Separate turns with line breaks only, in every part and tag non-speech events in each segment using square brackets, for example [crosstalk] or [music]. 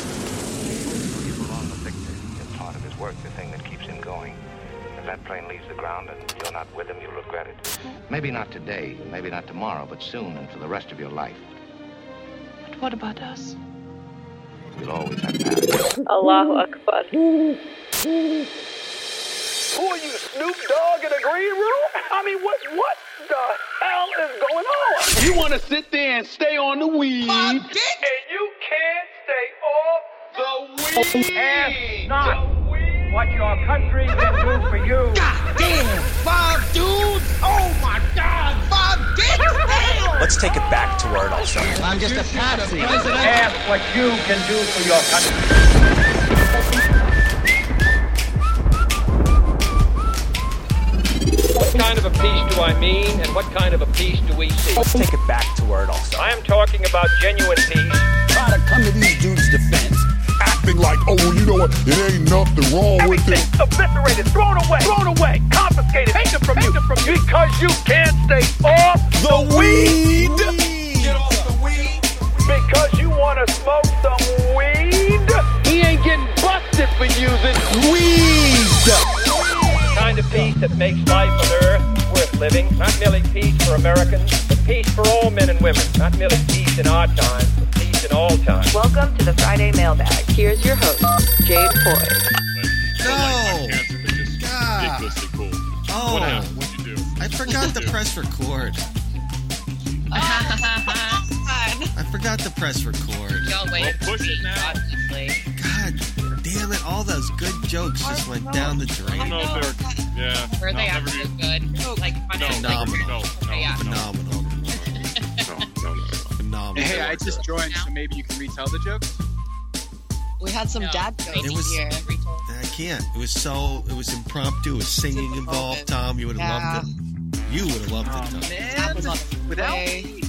He belongs to Victor. It's part of his work, the thing that keeps him going. If that plane leaves the ground and you're not with him, you'll regret it. Maybe not today, maybe not tomorrow, but soon and for the rest of your life.
But what about us?
You'll always have that.
Allahu Akbar.
Who are you, Snoop Dogg, in a green room? I mean, what what the hell is going on?
You want to sit there and stay on the weed?
And you can't stay off
The weed.
Ask not what your country can do for you.
Oh
Let's take it back to where it all started.
I'm just a patsy.
Ask what you can do for your country.
What kind of a peace do I mean, and what kind of a peace do we see?
Let's take it back to where it all started.
I am talking about genuine peace.
Try to come to these dudes' defense, acting like, oh, well, you know what? It ain't nothing wrong with it.
Eviscerated, thrown away, thrown away, confiscated, taken from you, from you, because you can't stay off
The weed.
because you want to smoke some weed.
He ain't getting busted for using.
Weed.
The kind of peace that makes life on earth worth living. Not merely peace for Americans, but peace for all men and women. Not merely peace in our time, but peace in all time.
Welcome to the Friday Mailbag. Here's your host, Jade Foy.
No. God. Oh.
What happened? What'd you do?
I forgot to press record. I forgot to press record.
Y'all
Well, push it now.
God damn it! All those good jokes just went down the
I don't
drain.
know if they're. Yeah.
Were they
I'll never
actually
be-
good? Like, on
No,
it,
no,
like,
Phenomenal.
no, no,
Yeah.
Phenomenal.
no, no, no.
Phenomenal.
Hey, I just joined, so maybe you can retell the jokes.
We had some dad jokes
It was-
here.
I can't. It was so. It was impromptu. It was singing involved. Tom, you would have loved it. You would have loved it, Tom.
Man, without me.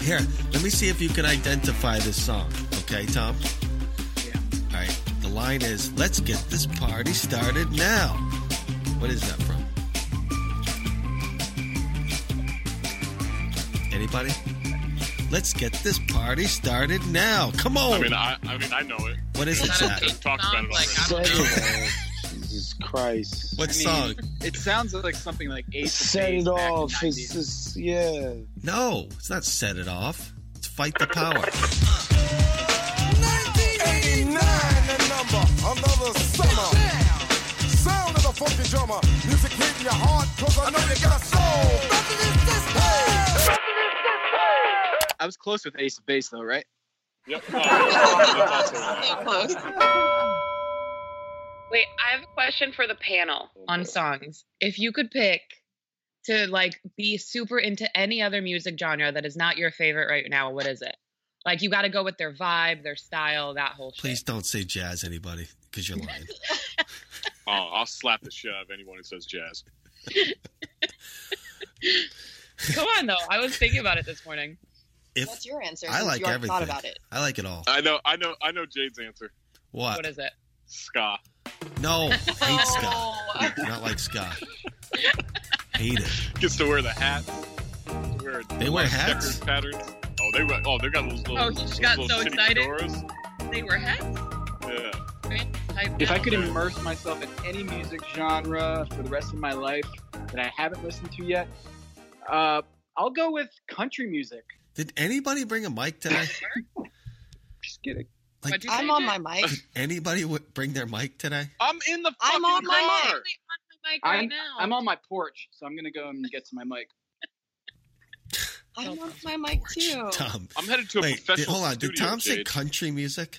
Here, let me see if you can identify this song. Okay, Tom?
Yeah.
All right. The line is, let's get this party started now. What is that from? Anybody? Let's get this party started now. Come on.
I mean, I, I mean, I know it.
what is it, Zach?
Just talked about it
Sounds like
already.
I'm
Jesus Christ.
What
I mean,
song?
It sounds like something like Ace of
Set
Base
it
back in
off.
90s.
It's just, yeah.
No, it's not Set It Off. It's Fight the Power.
I was close with Ace of Base, though, right?
Yep. Oh, that's also
so [laughs] close.
Wait, I have a question for the panel.
on songs. If you could pick to like be super into any other music genre that is not your favorite right now, what is it? Like you got to go with their vibe, their style, that whole shit.
Please don't say jazz, anybody, because you're lying.
Oh, I'll slap the shit out of anyone who says jazz.
Come on though. I was thinking about it this morning.
If
What's your answer?
I like everything.
thought about it.
I like it all.
I know, I know, I know. Jade's answer.
What?
What is it?
Ska.
[laughs]
No, hate Scott.
Oh,
Not like Scott. hate it.
[laughs] Gets to wear the hats. Wear
They wear
Deckers
hats?
patterns. Oh, they wear. Oh, they got those little.
Oh, he just got
those
so
little shitty
excited.
fedoras.
They were hats.
Yeah.
I
If I could
will.
immerse myself in any music genre for the rest of my life that I haven't listened to yet, uh, I'll go with country music.
Did anybody bring a mic today?
Just kidding.
What'd you
I'm
say,
on
Jay?
my mic.
[laughs] Anybody w- bring their mic today?
I'm in the
I'm on my mic.
mic right
I'm,
now.
I'm on my porch, so I'm gonna go and get to my mic.
I'm on my mic too.
Tom.
I'm headed to a
Wait, did,
professional
hold on. Did
studio,
Tom say
Jade.
country music?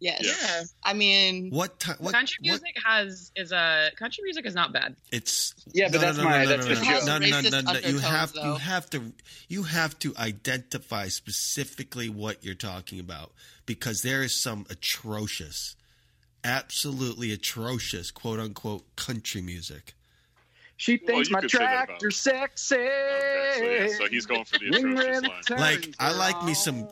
Yes.
Yeah.
I mean,
What time? What,
country music has is a country music is not bad.
It's
Yeah, but
no, no,
that's
no,
my-
no,
that's
no,
the
no,
joke.
no, no, no, no, no,
Racist
no, You
undertones,
have
though.
you have to you have to identify specifically what you're talking about because there is some atrocious, absolutely atrocious quote unquote country music.
She thinks
you
my
could say that
tractor sexy.
Okay, so, yeah, so he's going for the
Ring
atrocious
ring
line.
turn.
Like I like me some.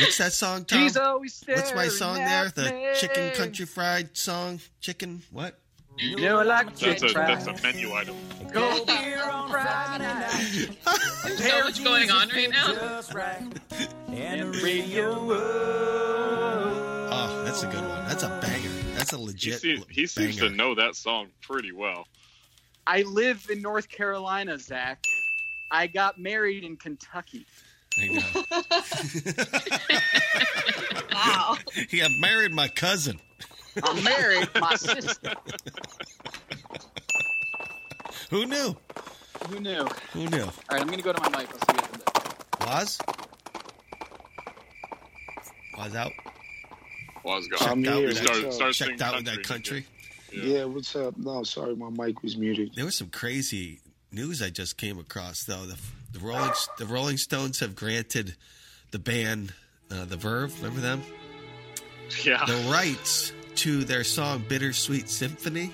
What's that song, Tom?
She's always
What's my
staring
song there?
at
The chicken
me.
country fried song. Chicken what?
You
know I like
That's a,
chicken
that's a
fries.
menu item.
Go here on Friday night.
There's so much going on right now.
And radio.
Oh, that's a good one. That's a banger. That's a
He,
legit.
seems, he seems to
banger.
know that song pretty well.
I live in North Carolina, Zach. I got married in Kentucky.
I know.
wow.
He got married my cousin.
I married my sister.
Who knew?
[laughs] Who knew? All
Who knew?
right, I'm gonna go to my mic. I'll see you after this.
Was? Was out.
Well, it's
Checked
gone.
I'm
out
here.
We
with that-
started,
so
started singing
checked out with that
country.
country.
Yeah.
Yeah.
what's up? No, sorry, my mic was muted.
There was some crazy news I just came across though. The, the Rolling the Rolling Stones have granted the band uh, the Verve, remember them,
Yeah.
the rights to their song "Bittersweet Symphony,"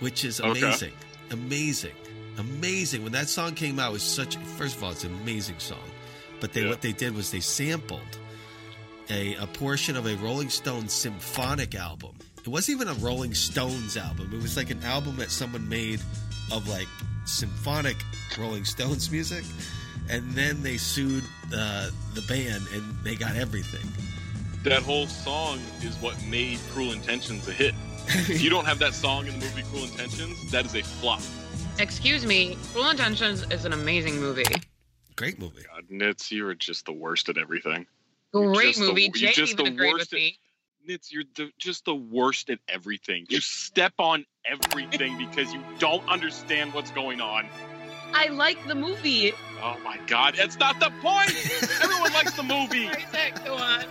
which is
Okay.
amazing, amazing, amazing. When that song came out, it was such. First of all, it's an amazing song, but they
Yeah.
what they did was they sampled a, a portion of a Rolling Stones symphonic album. It wasn't even a Rolling Stones album. It was like an album that someone made of like symphonic Rolling Stones [laughs] music. And then they sued uh, the band and they got everything.
That whole song is what made Cruel Intentions a
[laughs]
hit. If you don't have that song in the movie Cruel Intentions, that is a flop.
Excuse me, Cruel Intentions is an amazing movie.
Great movie.
God, Nitz, you are just the worst at everything.
Great
just the-
movie.
you're
Jay
just
even
the
agreed
worst
with
at-
me.
Nitz, you're the, just the worst at everything. You step on
[laughs]
everything because you don't understand what's going on.
I like the movie.
Oh my God, that's not the point. Everyone likes the
[laughs]
movie.
Isaac, go on.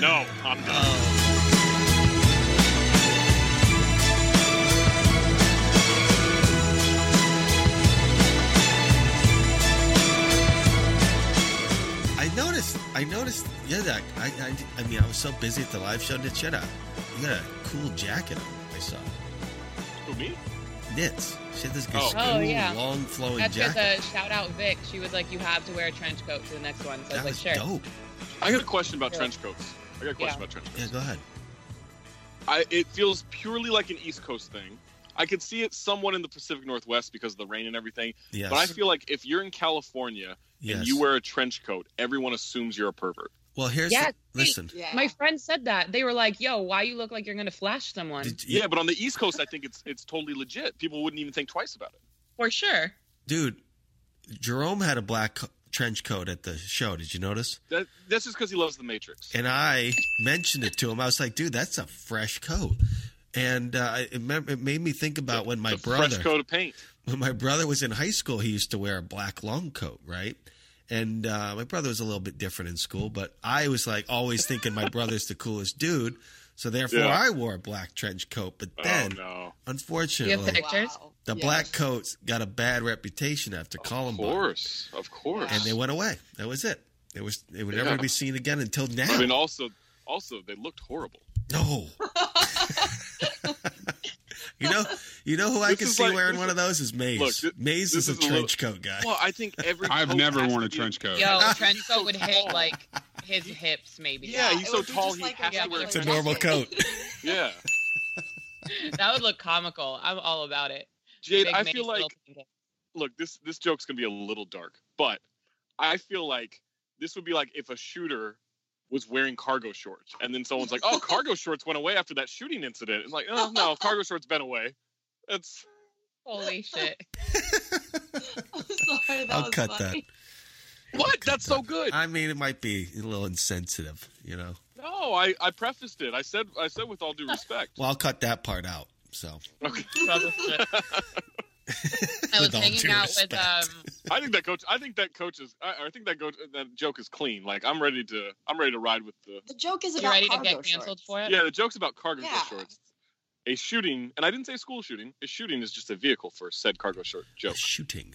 No, I'm not.
Oh.
I noticed, I noticed, yeah, that. I, I, I mean, I was so busy at the live show. Nitz, you had a, you had a cool jacket on, I saw.
Who, me?
Nitz. She had this good,
Oh.
cool,
Oh, yeah.
long flowing
That's
jacket.
because uh, shout out Vic. She was like, "You have to wear a trench coat to the next one." So I
that
was
was
like, "Sure."
dope.
I got a question about
Yeah.
trench coats. I got a
Yeah.
question about trench coats.
Yeah, go ahead.
I, it feels purely like an East Coast thing. I could see it somewhat in the Pacific Northwest because of the rain and everything.
Yes.
But I feel like if you're in California
yes.
and you wear a trench coat, everyone assumes you're a pervert.
well, here's
Yes,
the,
wait.
listen.
Yeah.
My friend said that they were like, "Yo, why you look like you're gonna flash someone?"
Did-
Yeah, but on the East Coast, I think it's it's totally legit. People wouldn't even think twice about it.
For sure.
dude jerome had a black co- trench coat at the show did you notice
That, that's just because he loves The Matrix.
and i mentioned it to him i was like dude that's a fresh coat and uh, it, mem- it made me think about when my
It's a
brother
fresh coat of paint.
when my brother was in high school, he used to wear a black long coat, right? And uh, my brother was a little bit different in school, but I was like always thinking my brother's the coolest dude. So therefore,
Yeah.
I wore a black trench coat. But then,
oh no!
unfortunately,
You have to- Pictures?
Wow.
the
Yes.
black coats got a bad reputation after
Of
Columbine,
course, of course.
and they went away. That was it. It was. They would never
Yeah.
be seen again until now.
I mean, also, also they looked horrible.
no. you know, you know who I
This
can
is
see
like-
wearing
this
one
is-
of those is Maze.
Look, thi-
Maze
this
is a
is a little-
trench coat guy.
Well, I think every
[laughs] I've
coat
never
has
worn
to
a
be-
trench coat.
Yo,
[laughs] Yeah.
trench coat would hit
Tall.
like his hips, maybe.
Yeah,
it
he's so
would be
tall
just
he
like a
has to
regular
wear a
It's a
trench
normal
coat.
[laughs]
coat.
Yeah,
that would look comical. I'm all about it.
Jade,
Big
I
man's
feel
little
like
penis.
look, this this joke's gonna be a little dark, but I feel like this would be like if a shooter was wearing cargo shorts, and then someone's like, "Oh,
[laughs]
cargo shorts went away after that shooting incident." It's like, "Oh no, cargo shorts been away." It's [laughs]
Holy shit.
Sorry, that
I'll
was
cut
funny.
that.
What? That's so good.
I mean, it might be a little insensitive, you know.
no, I I prefaced it. I said I said with all due
[laughs]
respect.
Well, I'll cut that part out. So
Okay.
[laughs]
I
With
was
all
hanging
due
out with
respect.
um
I think that coach. I think that coach is. I, I think that coach. That joke is clean. Like I'm ready to. I'm ready to ride with the.
The joke is
You
about
ready to
cargo
get canceled
shorts.
for it?
Yeah, the joke's about cargo
Yeah.
shorts. A shooting, and I didn't say school shooting. A shooting is just a vehicle for said cargo short joke.
shooting.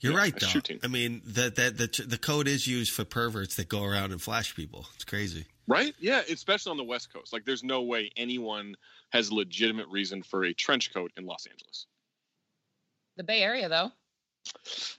You're right, though.
shooting.
I mean, that that the the code is used for perverts that go around and flash people. It's crazy.
Right? Yeah, especially on the West Coast. Like, there's no way anyone has legitimate reason for a trench coat in Los Angeles.
the Bay Area though.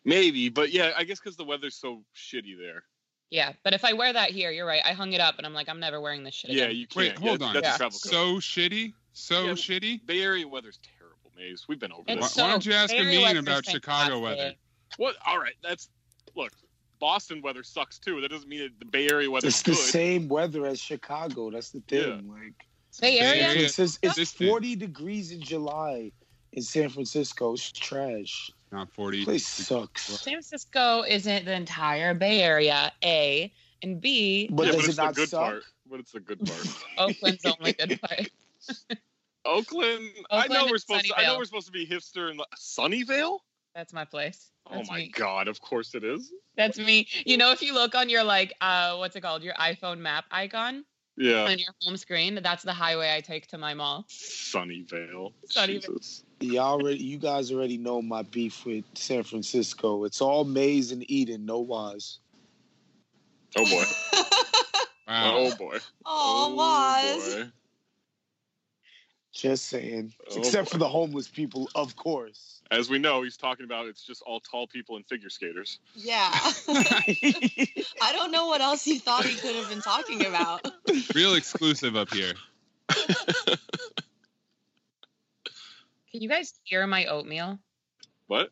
Maybe, but yeah, I guess because the weather's so shitty there.
Yeah, but if I wear that here, you're right. I hung it up, and I'm like, I'm never wearing this shit
Yeah,
again.
you can't.
Wait,
Yeah,
hold
that's-
on.
That's a travel coat.
so shitty. So
Yeah.
shitty.
Bay Area weather's terrible, Maze. We've been over
Why,
this.
why don't you ask Amin about Chicago weather?
What? All right, that's look. Boston weather sucks too. That doesn't mean that the Bay Area weather's
It's the
good.
same weather as Chicago. That's the thing. Like
Bay Area.
It's, it's, it's
Consistent.
forty degrees in July in San Francisco. It's trash.
Not forty.
Place sucks.
San Francisco isn't the entire Bay Area. A and B.
But
yeah,
does
but
it
it's the
not
good
suck? [laughs]
part. But it's the good
[laughs]
part.
Oakland's the only good part.
Oakland. I know
Oakland
we're
and
supposed. To, I know
Sunnyvale.
we're supposed to be hipster in Lo- Sunnyvale.
That's my place.
Oh
That's
my
me.
god! Of course it is.
That's me. You know, if you look on your like, uh, what's it called? Your iPhone map icon
Yeah,
on your home screen. That's the highway I take to my mall.
Sunnyvale.
Sunnyvale.
Jesus.
You already, you guys already know my beef with San Francisco. It's all Mays and Eden, no Waz.
Oh
[laughs]
boy.
Wow.
Oh boy.
Oh, Waz.
boy.
Just saying.
Oh,
Except
boy.
for the homeless people,
[laughs]
of course.
As we know, he's talking about it's just all tall people and figure skaters.
[laughs]
Yeah. [laughs] I don't know what else he thought he could have been talking about.
Real exclusive up here.
Can you guys hear my oatmeal?
What?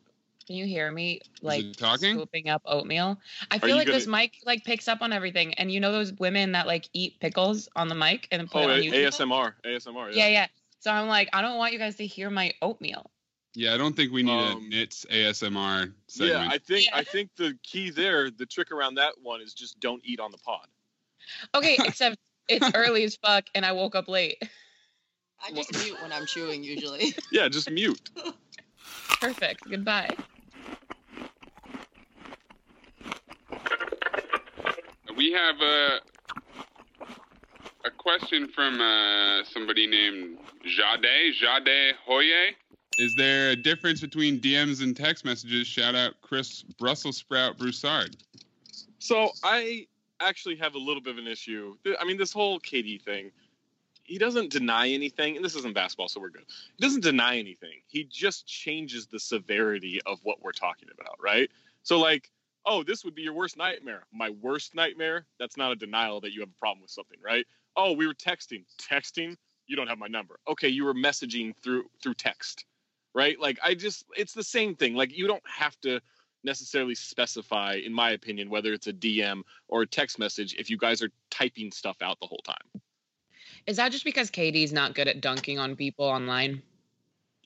Can you hear me like
it
Mm-hmm.
talking?
Oh,
scooping up oatmeal? I
Are
feel
you
like
gonna-
this mic like picks up on everything. And you know those women that like eat pickles on the mic and put
Oh,
it on
A-
YouTube?
ASMR. ASMR.
yeah, yeah. So I'm like, I don't want you guys to hear my oatmeal.
Yeah, I don't think we need
Um,
a knits ASMR segment.
Yeah, I think I think the key there, the trick around that one is just don't eat on the pod.
[laughs] Okay, except it's early as fuck and I woke up late. [laughs]
I just mute when I'm chewing usually.
Yeah, just mute.
Perfect. Goodbye.
We have a a question from uh, somebody named Jade Jade Hoye.
Is there a difference between DMs and text messages? Shout out Chris Brussels Sprout Broussard.
So I actually have a little bit of an issue. Th- I mean, this whole KD thing, he doesn't deny anything, and this isn't basketball, so we're good. He doesn't deny anything. He just changes the severity of what we're talking about, right? So like, oh, this would be your worst nightmare. My worst nightmare. That's not a denial that you have a problem with something, right? Oh, we were texting. Texting. You don't have my number. Okay, you were messaging through through text, right? Like I just, it's the same thing. Like you don't have to necessarily specify, in my opinion, whether it's a DM or a text message if you guys are typing stuff out the whole time.
Is that just because Katie's not good at dunking on people online?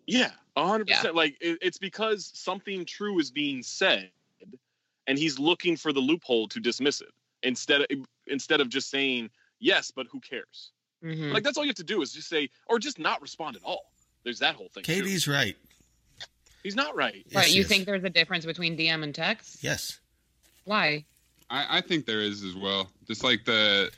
Yeah, a hundred
Yeah.
percent. Like it, it's because something true is being said, and he's looking for the loophole to dismiss it instead of instead of just saying yes, but who cares?
Mm-hmm.
Like that's all you have to do is just say or just not respond at all. There's that whole thing. too.
Katie's right.
he's not right.
right,
Yes,
you
yes.
think there's a difference between DM and text?
Yes.
Why?
I, I think there is as well. Just like the,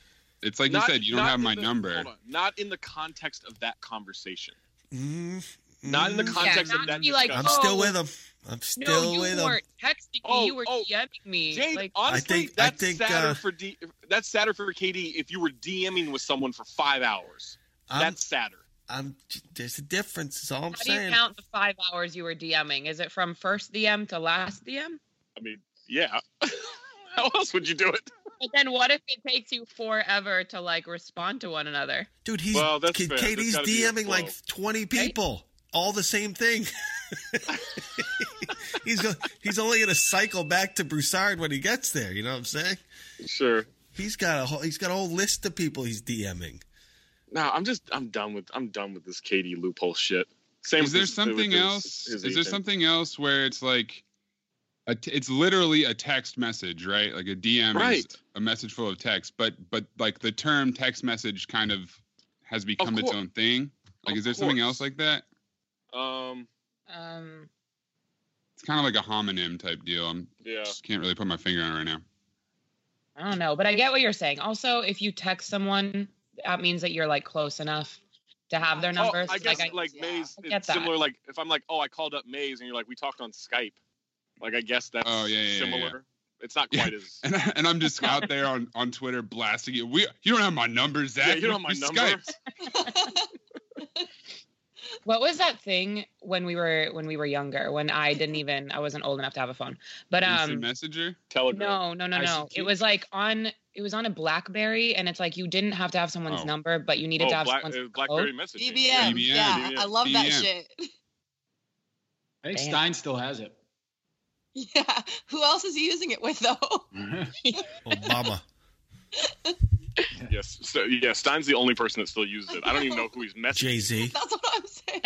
it's like
Not-
you said, you don't
not
have
in
my
the-
number.
hold on, not in the context of that conversation.
Mm,
Not in the
mm.
context
Mm-hmm. Yeah,
of
not
that.
be like, "Oh."
discussion.
I'm still with him. I'm still
no, you
with him.
weren't texting me.
Oh,
you were
oh,
DMing me.
Jade,
like,
honestly,
I think- I
that's
think,
sadder
uh,
for D, that's sadder for KD if you were DMing with someone for five hours.
I'm-
that's sadder.
I'm. There's a difference. Is all I'm
how do you
saying.
count the five hours you were DMing? Is it from first DM to last DM?
I mean, yeah. [laughs] How else would you do it?
But then what if it takes you forever to like respond to one another?
Dude, he's
Well, that's
K-
fair. There's
Katie's
gotta be a
DMing like
flow.
20 people, all the same thing. [laughs] he's go- he's only gonna cycle back to Broussard when he gets there. You know what I'm saying?
Sure.
He's got a whole, he's got a whole list of people he's DMing.
No, I'm just I'm done with I'm done with this Katie loophole shit. Same.
is
with
there
his-
something
with his-
else?
his
is there
agent.
something else where it's like, a t- it's literally a text message, right? Like a DM is
Right.
a message full of text, but but like the term text message kind of has become its
cour-
own thing. Like,
of
is there something
course.
else like that?
Um.
Um.
It's kind of like a homonym type deal. I'm
Yeah.
just can't really put my finger on it right now. [laughs]
I don't know, but I get what you're saying. Also, if you text someone, that means that you're like close enough to have their
Oh,
numbers.
I guess like,
I-
Maze,
I get
it's similar.
that.
Like if I'm like, oh, I called up Maze, and you're like, we talked on Skype. Like I guess that's
Oh, yeah, yeah, yeah,
similar. It's not
Yeah.
quite as
And, I, and I'm just out there on, on Twitter blasting you. We you don't have my number, Zach.
Yeah, you don't have my
We
number.
Skyped.
What was that thing when we were when we were younger? When I didn't even I wasn't old enough to have a phone, but um,
Instant messenger,
Telegram.
No, no, no, no. It
ICQ?
was like on it was on a BlackBerry, and it's like you didn't have to have someone's
Oh.
number, but you needed
Oh,
to have
Black-
someone's
uh, BlackBerry
code.
messaging.
BBM.
BBM.
Yeah, I love that
BBM.
shit. [laughs]
I think
Damn.
Stein still
[laughs]
has it.
Yeah. Who else is he using it with though?
[laughs] Oh, Obama.
yes. So yeah, Stein's the only person that still uses it. I don't even know who he's messaging.
Jay Z.
That's what I'm saying.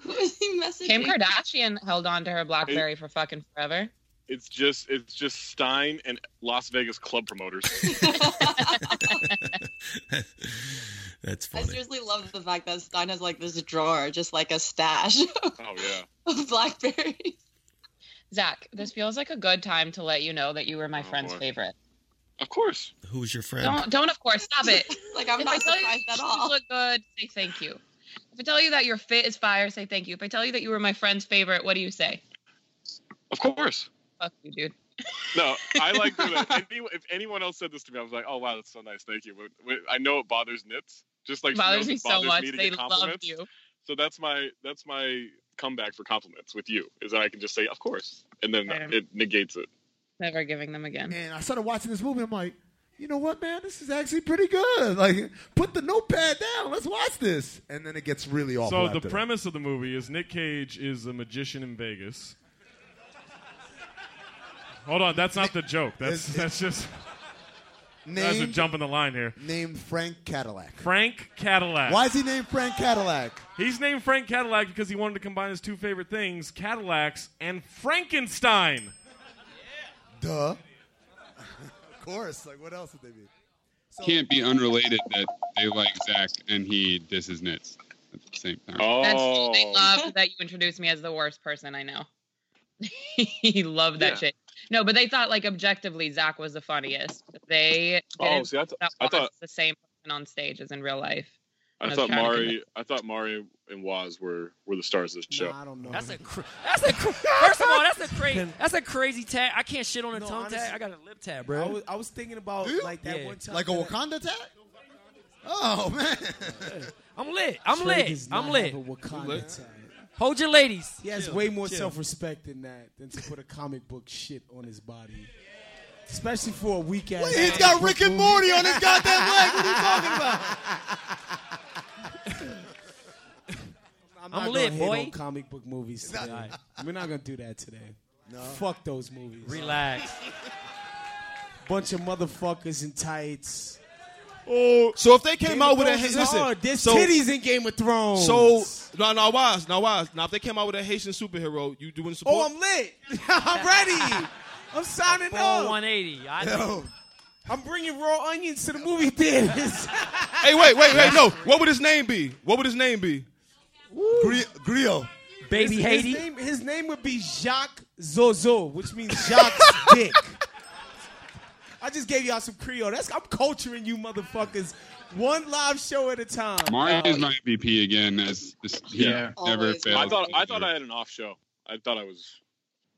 Who is he messaging?
Kim Kardashian held on to her BlackBerry for fucking forever.
It's just it's just Stein and Las Vegas club promoters.
That's
[laughs] I
funny.
seriously love the fact that Stein has like this drawer, just like a
[laughs]
stash [laughs]
oh yeah.
of blackberries.
Zach, this feels like a good time to let you know that you were my friend's
boy.
favorite.
Oh, Of course.
Who's your friend?
Don't, don't, of course, stop it.
[laughs] Like I'm
if I
not
tell you
surprised at
shoes
all.
look good, say thank you. If I tell you that your fit is fire, say thank you. If I tell you that you were my friend's favorite, what do you say?
Of course.
Fuck you, dude.
No,
[laughs]
I like that. if any- if anyone else said this to me, I was like, oh wow, that's so nice, thank you. But, but I know it bothers Nits. Just like
It
she
bothers
knows
me
it
so
bothers
much.
me to
They
get
loved
compliments.
you.
So that's my that's my comeback for compliments with you is that I can just say of course, and then
Right.
it negates it.
Never giving them again.
And I started watching this movie. I'm like, you know what, man? This is actually pretty good. Like, put the notepad down. Let's watch this. And then it gets really awful.
So the
after that.
premise of the movie is Nick Cage is a magician in Vegas. Hold on, that's not the joke. That's that's just that's a
Named-
jump in the line here.
named Frank Cadillac.
Frank Cadillac.
Why is he named Frank Cadillac?
He's named Frank Cadillac because he wanted to combine his two favorite things, Cadillacs and Frankenstein.
Duh. [laughs] Of course. Like, what else would they be?
Can't be unrelated that they like Zach and he disses Nitz at the same time.
Oh.
That's, they loved [laughs] that you introduced me as the worst person I know. [laughs] he loved that
Yeah.
shit. No, but they thought like objectively Zach was the funniest. They
Oh,
didn't
see, I th-
that
I
Waz
thought-
was the same person on stage as in real life.
I
was
thought
trying to
Mari, I thought Mari and Waz were were the stars of the show.
I don't know.
That's a cr- that's a cr- first of all that's a crazy that's a crazy tag. I can't shit on a tongue tag. I got a lip tag, bro.
I was, I was thinking about like that
Yeah.
one time.
Like a Wakanda
[laughs]
tag? Oh man,
I'm lit. I'm
Trey
lit.
does
I'm
not
lit.
have a Wakanda
You lit?
tag.
Hold your ladies.
He has
Chill,
way more
chill.
self-respect than that than to put a comic book shit on his body, especially for a weak ass.
Wait, he's got Rick and Morty on his goddamn leg. What are you talking about?
[laughs] I'm,
I'm
not
lit,
gonna hate
boy.
on comic book movies today. We're not gonna do that today.
No.
Fuck those movies.
Relax.
Bunch of motherfuckers in tights.
Oh, so if they came
Game
out
of
with a
Thrones is
Haitian, listen,
hard. there's
so-
titties in Game of Thrones.
So no, no, wise, no, wise. Now if they came out with a Haitian superhero, you doing support?
Oh, I'm lit. [laughs] I'm ready. I'm signing
Ball
up.
180. I
know.
I'm bringing raw onions to the movie theaters.
hey, wait, wait, wait, no. What would his name be? What would his name be?
Gri- Griot.
[laughs] Baby
his,
Haiti.
His name, his name would be Jacques Zozo, which means Jacques [laughs] Dick. I just gave y'all some Creole. That's I'm culturing you, motherfuckers. One live show at a time.
Mario is my MVP again. As as he
Yeah.
never fails.
I thought I thought I had an off show. I thought I was.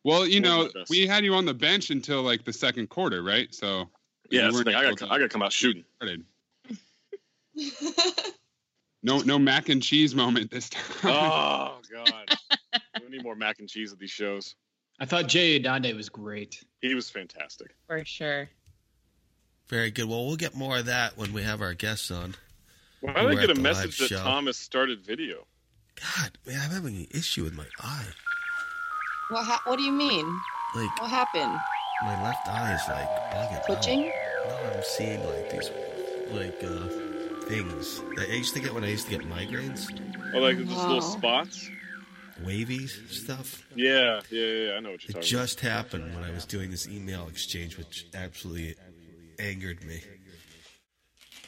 Well, you
One of
know,
the best.
we had you on the bench until like the second quarter, right? So
Yeah, that's the
weren't
thing. I
able
got I got to come out shooting.
started. No, no mac and cheese moment this time. [laughs]
Oh God, we need more mac and cheese at these shows.
I thought Jay Adonde was great.
He was fantastic.
For sure.
Very good. Well, we'll get more of that when we have our guests on.
Why did
We're
I get
at
a
the
message that
live show.
Thomas started video?
Man, I'm having an issue with my eye.
What, ha- what do you mean?
Like
What happened?
my left eye is like bugging out. Oh.
Twitching?
now I'm seeing like these like uh, things that I used to get when I used to get migraines.
Or Oh, like just little spots.
Wavy stuff.
Yeah, yeah, yeah. I know what you're talking
It just happened when I was doing this email exchange, which absolutely angered me.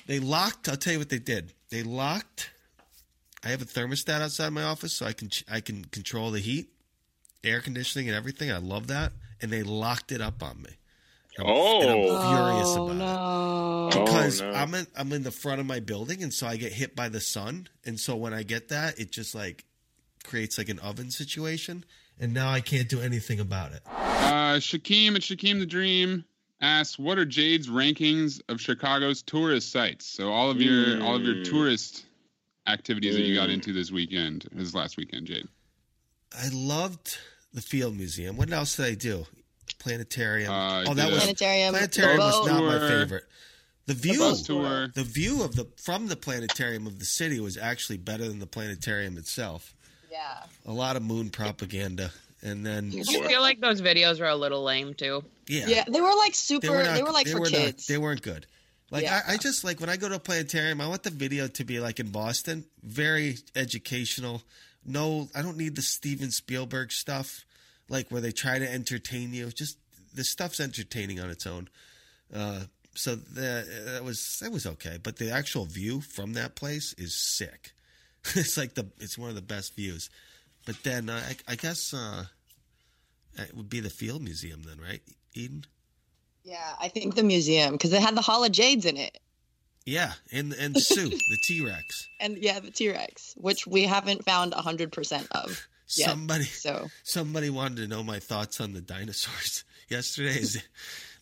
They locked. I'll tell you what they did. They locked. I have a thermostat outside my office, so I can ch- I can control the heat, air conditioning, and everything. I love that. And they locked it up on me. And I'm- and I'm
Oh.
furious
Oh,
about
no.
Oh,
it because I'm in, I'm in the front of my building, and so I get hit by the sun, and so when I get that, it just like creates like an oven situation, and now I can't do anything about it.
Uh, Shakeem at Shakeem the Dream asks, "What are Jade's rankings of Chicago's tourist sites?" So all of your all of your
Mm.
tourist activities that you got
Mm.
into this weekend, this last weekend, Jade.
I loved the Field Museum. What else did I do? Planetarium. oh,
you
that
Uh, did
was
a- Planetarium,
Planetarium
the
was not my
boat.
favorite. The view,
bus tour.
the view of the from the planetarium of the city was actually better than the planetarium itself.
Yeah.
A lot of moon propaganda, and then
Did you feel like those videos were a little lame too?
yeah,
they were like super. They were, like for
not-
kids.
they weren't good. Like
Yeah.
I, I just like when I go to a planetarium, I want the video to be like in Boston, very educational. No, I don't need the Steven Spielberg stuff, like where they try to entertain you. Just the stuff's entertaining on its own. Uh, so the, that was that was okay, but the actual view from that place is sick. [laughs] it's like the it's one of the best views. But then uh, I, I guess uh, it would be the Field Museum then, right, Eden?
yeah, I think the museum because it had the Hall of Jades in it,
Yeah, and and Sue, the T Rex.
and yeah, the T Rex, which we haven't found hundred percent of. yet.
Somebody
So
somebody wanted to know my thoughts on the dinosaurs [laughs] yesterday. Is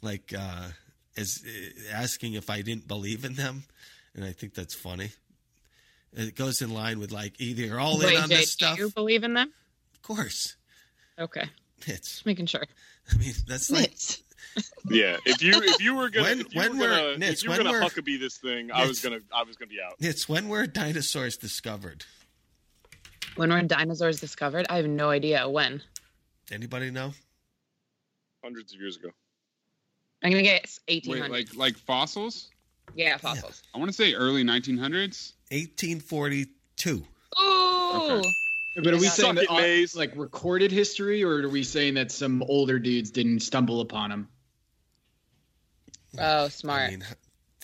like uh, is uh, asking if I didn't believe in them, and I think that's funny. It goes in line with like either you're all
Wait,
in on
Jade,
this stuff.
Do you believe in them?
Of course,
Okay,
it's.
just making sure.
I mean, that's like
Yeah, if you if you were gonna
When-
if you
when
were gonna,
were- Nitz,
if you were
when
gonna
were-
huckabee this thing, I was
Nitz.
gonna I was gonna be out.
it's when were dinosaurs discovered?
When were dinosaurs discovered? I have no idea when.
Anybody know?
Hundreds of years ago.
I'm gonna guess
Wait,
1800.
like like fossils?
yeah, fossils.
I want to say early 1900s.
1842.
Ooh.
But are we
Suck
saying that
it,
all- like recorded history, or are we saying that some older dudes didn't stumble upon them?
Oh, smart.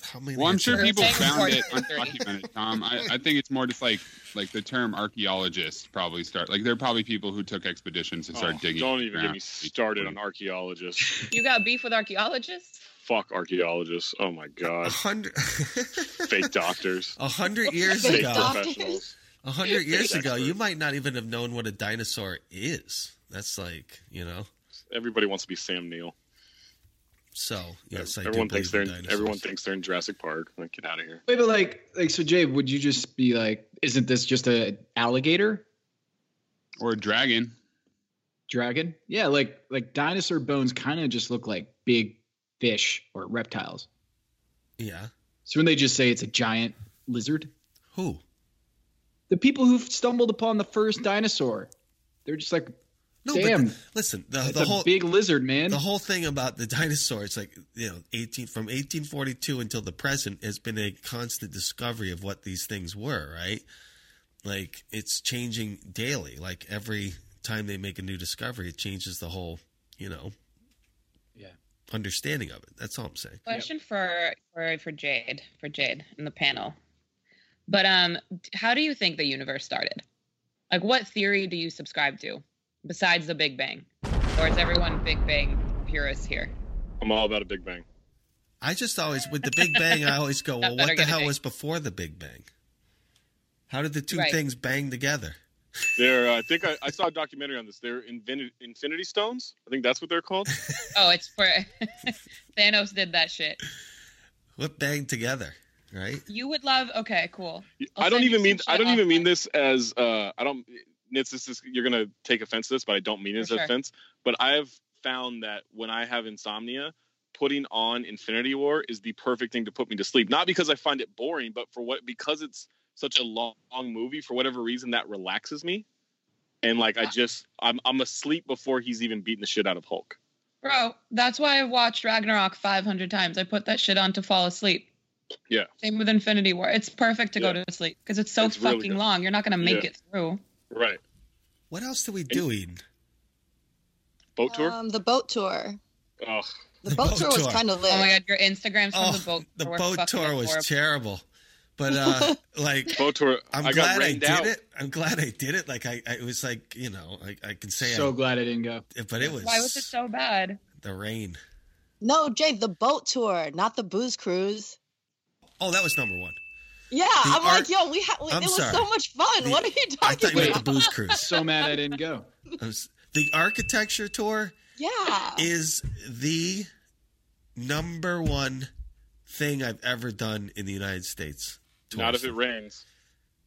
How many
Well, I'm sure people
Same
found
report.
it undocumented, Tom. I, I think it's more just like like the term archaeologists probably start. Like there are probably people who took expeditions to start
Oh,
digging.
don't even get me
around.
started on archaeologists.
You got beef with archaeologists?
Fuck archaeologists. Oh my god.
hundred [laughs]
fake doctors.
A hundred years
fake
ago.
professionals.
A hundred years ago, you might not even have known what a dinosaur is. That's like you know.
Everybody wants to be Sam Neill.
So yes, I do
everyone thinks
believe
they're
in
in,
dinosaurs.
everyone thinks they're in Jurassic Park. Like, get out of here.
Wait, but like, like so, Jay, would you just be like, isn't this just a alligator
or a dragon?
Dragon? Yeah, like like dinosaur bones kind of just look like big fish or reptiles.
Yeah.
So when they just say it's a giant lizard,
who?
The people who stumbled upon the first dinosaur. They're just like,
No, but
damn.
the- listen, the,
That's
the
a
whole
big lizard man.
The whole thing about the dinosaurs, like you know, eighteen from eighteen forty two until the present, has been a constant discovery of what these things were. Right? Like it's changing daily. Like every time they make a new discovery, it changes the whole you know,
yeah,
understanding of it. That's all I'm saying.
Question for, for for Jade for Jade in the panel. But um, d- how do you think the universe started? Like, what theory do you subscribe to besides the Big Bang? Or is everyone Big Bang purists here?
I'm all about a Big Bang.
I just always with the Big Bang, I always
[laughs]
go, well,
better
what the
get a
hell
big-
was before the Big Bang? How did the two
Right.
things bang together?
They're, uh, I think I, I saw a documentary on this. They're invented Infinity Stones. I think that's what they're called.
Oh, it's for [laughs] Thanos did that shit.
What banged together? Right?
You would love. Okay, cool.
I don't even mean
some
I
shit
don't even mean this as uh, I don't. Nitz, this is you're gonna take offense to this, but I don't mean it as
For sure.
offense. But I have found that when I have insomnia, putting on Infinity War is the perfect thing to put me to sleep. Not because I find it boring, but for what because it's such a long, long movie. For whatever reason, that relaxes me, and like I just I'm I'm asleep before he's even beating the shit out of Hulk.
Bro, that's why I've watched Ragnarok 500 times. I put that shit on to fall asleep.
Yeah.
Same with Infinity War. It's perfect to go to sleep because it's so
It's really
fucking
good.
long. You're not going to make
Yeah.
it through.
Right.
What else are we doing?
Boat
Um, the boat tour.
Oh,
The boat, tour was kind of lit.
Oh my god, your Instagrams from the boat
Oh, The
tour. were
boat
fucking
tour was
horrible.
terrible, but uh, like
boat tour,
I'm
I got
glad I
rained
did
out.
it. I'm glad I did it. Like I, I it was like you know, I, I can say
So
I'm,
glad I didn't go.
But it was,
Why was it
so bad?
the rain.
No, Jay, the boat tour, not the booze cruise.
Oh, that was number one.
Yeah,
The
I'm
art-
like, yo, we had. It
I'm
was
sorry.
so much fun.
The-
what are you
I
talking
thought you meant the
about?
booze cruise.
So mad I didn't
[laughs]
go.
the architecture tour
Yeah.
is the number one thing I've ever done in the United States.
Not if it rains.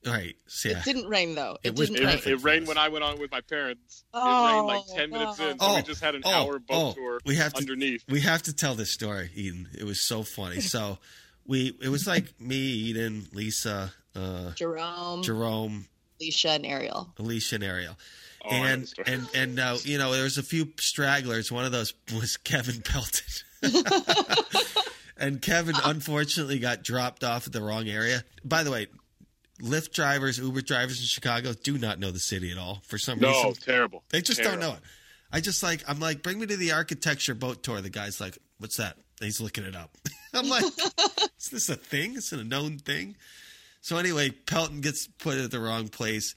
All right, so yeah.
It didn't rain though. It,
It was
didn't rain. Oh.
It, rained when I went on with my parents. it rained like ten minutes in, so we just had an
oh,
hour boat
oh,
tour
we have to,
underneath.
We have to tell this story, Eden. It was so funny. So we it
[laughs]
was like me, Eden, Lisa, uh,
Jerome,
Jerome,
Alicia, and Ariel.
Alicia and Ariel.
Oh,
and and and uh, you know there was a few stragglers. One of those was [laughs] Kevin Pelton,
[laughs]
and Kevin unfortunately got dropped off at the wrong area. By the way, Lyft drivers, Uber drivers in Chicago do not know the city at all for some
No,
reason.
terrible.
They just
Terrible.
don't know it. I just like I'm like bring me to the architecture boat tour. The guy's like, "What's that?" And he's looking it up. [laughs] I'm like, [laughs] "Is this a thing? Is it a known thing?" So anyway, Pelton gets put at the wrong place.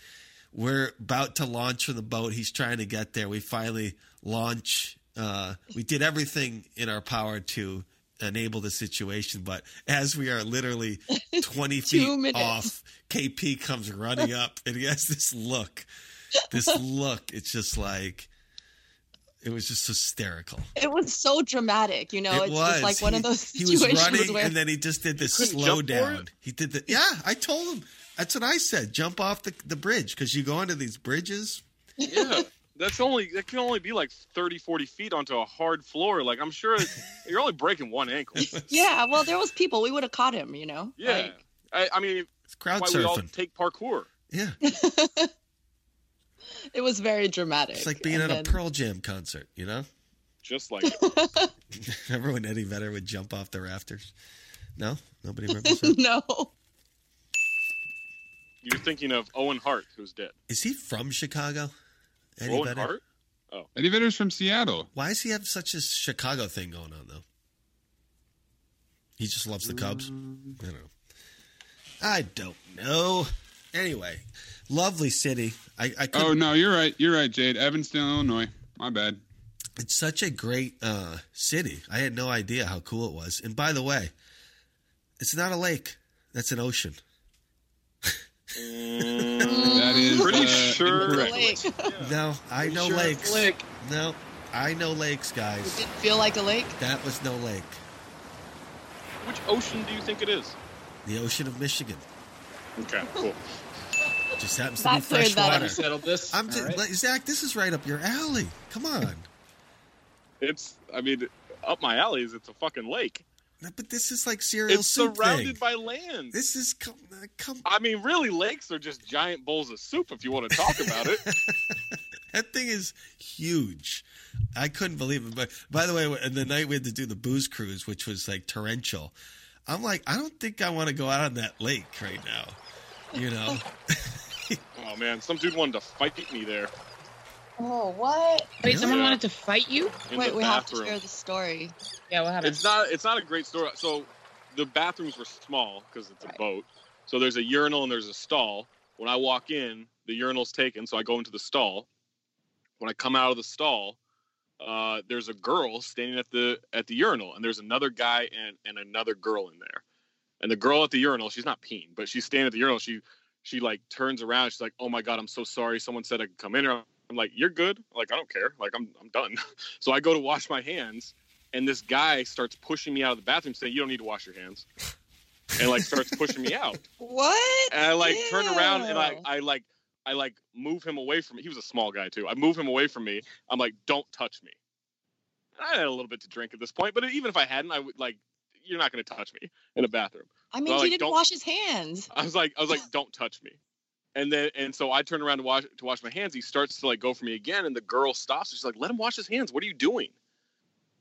We're about to launch from the boat. He's trying to get there. We finally launch. Uh, we did everything in our power to enable the situation, but as we are
[laughs]
literally 20
Two
feet
minutes.
off, KP comes running up and he has this look.
[laughs]
This look. It's just like, it was just hysterical.
It was so dramatic, you know.
it
it's
was
just like one
He-
of those
He was
situations
running,
where
and then he just did this
couldn't
slow
jump for
down. He did the yeah. I told him that's what I said. Jump off the the bridge because you go onto these bridges.
[laughs]
[laughs]
Yeah. That's only that can only be like 30, 40 feet onto a hard floor. Like I'm sure
[laughs]
you're only breaking one ankle.
[laughs] yeah, well, there was people. We would have caught him, you know.
Yeah,
Like,
I, I mean, it's
crowd
why we all
surfing.
take parkour.
Yeah,
it was very dramatic.
it's like being
And
at a
then-
Pearl Jam concert. You know, [laughs]
[laughs]
Just like it.
remember when Eddie Vedder would jump off the rafters? No, nobody remembers.
[laughs] [laughs]
That? [laughs]
no.
you're thinking of Owen Hart, who's dead.
Is he from Chicago? Eddie
Owen
Vedder?
Hart. Oh,
Eddie Vedder's from Seattle.
Why does he have such a Chicago thing going on though? He just loves the Cubs. I don't know. I don't know. Anyway, lovely city. I, I couldn't-
Oh no, you're right. You're right, Jade. Evanston, Illinois. My bad.
It's such a great uh, city. I had no idea how cool it was. And by the way, it's not a lake. That's an ocean.
[laughs] That is
Pretty
uh,
sure-
incorrect.
[laughs]
No, I
Pretty
know
sure it's
lakes.
a lake.
No, I know lakes,
It
guys.
didn't feel like a lake.
That was no lake.
Which ocean do you think it is?
The ocean of Michigan.
Okay, cool.
Just happens
That
to be fresh
cleared that
water.
up.
Settled this.
I'm
All
just,
right.
like, Zach, this is right up your alley.
[laughs]
Come on.
It's. I mean, up my alley is it's a fucking lake.
No, but this is like cereal
It's
soup
surrounded
thing.
by land.
This is uh, come, come.
I mean, really, lakes are just giant bowls of soup. If you want to talk about it,
That thing is huge. I couldn't believe it. But by the way, and the night we had to do the booze cruise, which was like torrential, I'm like, I don't think I want to go out on that lake right now. [laughs] You know,
oh man, some dude wanted to fight me there.
Oh, what?
Wait,
Yeah.
someone wanted to fight you?
In
Wait,
the
we have to
bathroom.
share the story.
Yeah, what happened?
It's not. It's not a great story. So, the bathrooms were small because it's a boat. So there's a urinal and there's a stall. When I walk in, the urinal's taken, so I go into the stall. When I come out of the stall, uh, there's a girl standing at the at the urinal, and there's another guy and and another girl in there. And the girl at the urinal, she's not peeing, but she's standing at the urinal. She she like turns around. She's like, "Oh my god, I'm so sorry. Someone said I could come in." here." I'm like, "You're good. Like I don't care. Like I'm I'm done." [laughs] So I go to wash my hands, and this guy starts pushing me out of the bathroom, saying, "You don't need to wash your hands," and like starts pushing me out.
What?
And I like turn around and I
Ew.
I like I like move him away from me. He was a small guy too. I move him away from me. I'm like, "Don't touch me." And I had a little bit to drink at this point, but even if I hadn't, I would like, "You're not going to touch me in a bathroom."
I mean,
Well,
he
like,
didn't
don't-
wash his hands.
[laughs] I was like, I was like, don't touch me. And then, and so I turn around to wash to wash my hands. He starts to like go for me again, and the girl stops. She's like, let him wash his hands. What are you doing?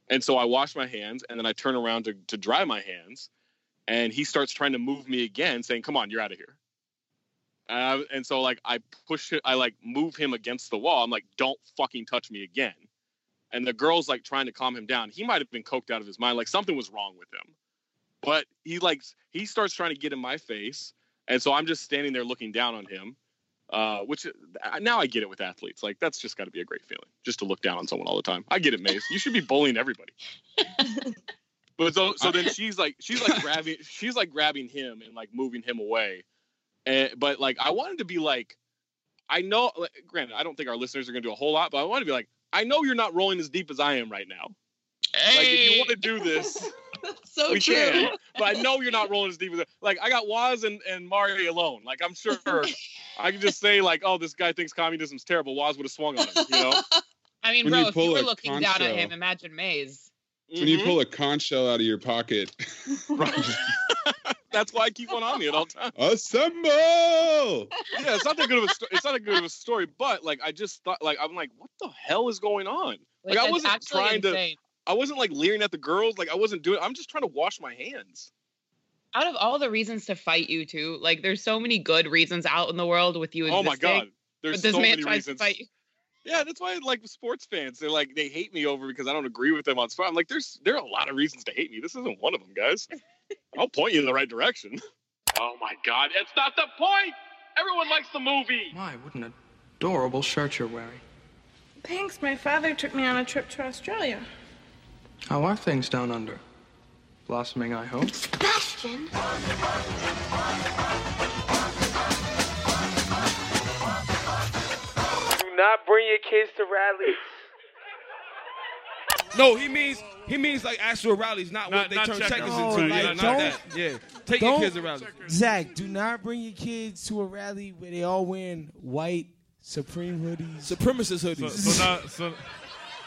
And so I wash my hands and then I turn around to, to dry my hands. And he starts trying to move me again, saying, Come on, you're out of here. Uh, and so, like, I push it, I like move him against the wall. I'm like, Don't fucking touch me again. And the girl's like trying to calm him down. He might have been coked out of his mind. Like, something was wrong with him. But he, like, he starts trying to get in my face. And so I'm just standing there looking down on him, uh, which uh, now I get it with athletes. Like, that's just got to be a great feeling just to look down on someone all the time. I get it, Maze. You should be
[laughs]
bullying everybody. But so, so then she's like, she's like grabbing, she's like grabbing him and like moving him away. And, but like, I wanted to be like, I know, like, granted, I don't think our listeners are going to do a whole lot, but I want to be like, I know you're not rolling as deep as I am right now. Like, if you want to do this,
[laughs] so
we
true.
can. But I know you're not rolling as deep as like I got Waz and, and Mari alone. Like
[laughs]
I'm sure I can just say like, oh, this guy thinks communism's terrible. Waz would have swung on him, you know.
I mean,
When
bro,
you
if
pull
you were
a
looking down at
poncho.
him, imagine Maze.
When
Mm-hmm.
you pull a conch shell out of
[laughs]
your pocket.
[laughs]
That's why I keep one on me at all
[laughs]
times. [laughs]
Assemble!
yeah, it's not that good of a sto- it's not that good of a story, but like I just thought like I'm like, what the hell is going on?
Like,
Like I
that's
wasn't
actually
trying
insane.
to I wasn't like leering at the girls, like I wasn't doing I'm just trying to wash my hands.
Out of all the reasons to fight you two, like there's so many good reasons out in the world with you.
Oh my
existing,
God. There's
but this
so
man
many
tries
reasons.
To fight you.
Yeah, that's why like sports fans, they're like they hate me over because I don't agree with them on spot. I'm like, there's there are a lot of reasons to hate me. This isn't one of them,
[laughs]
guys. I'll point you in the right direction. Oh my god, it's not the [laughs] point. Everyone likes the movie.
My, what an adorable shirt you're wearing.
Thanks. My father took me on a trip to Australia.
How are things down under? Blossoming, I hope.
Bastion.
Do not bring your kids to rallies.
No, he means he means like actual rallies, not, what they
not
turn
checkers.
checkers,
No,
into.
like,
yeah, not that.
don't-
Yeah, take
Don't-
your kids to rallies.
Zach, do not bring your kids to a rally where they all wearing white Supreme hoodies.
Supremacist hoodies.
So- so now-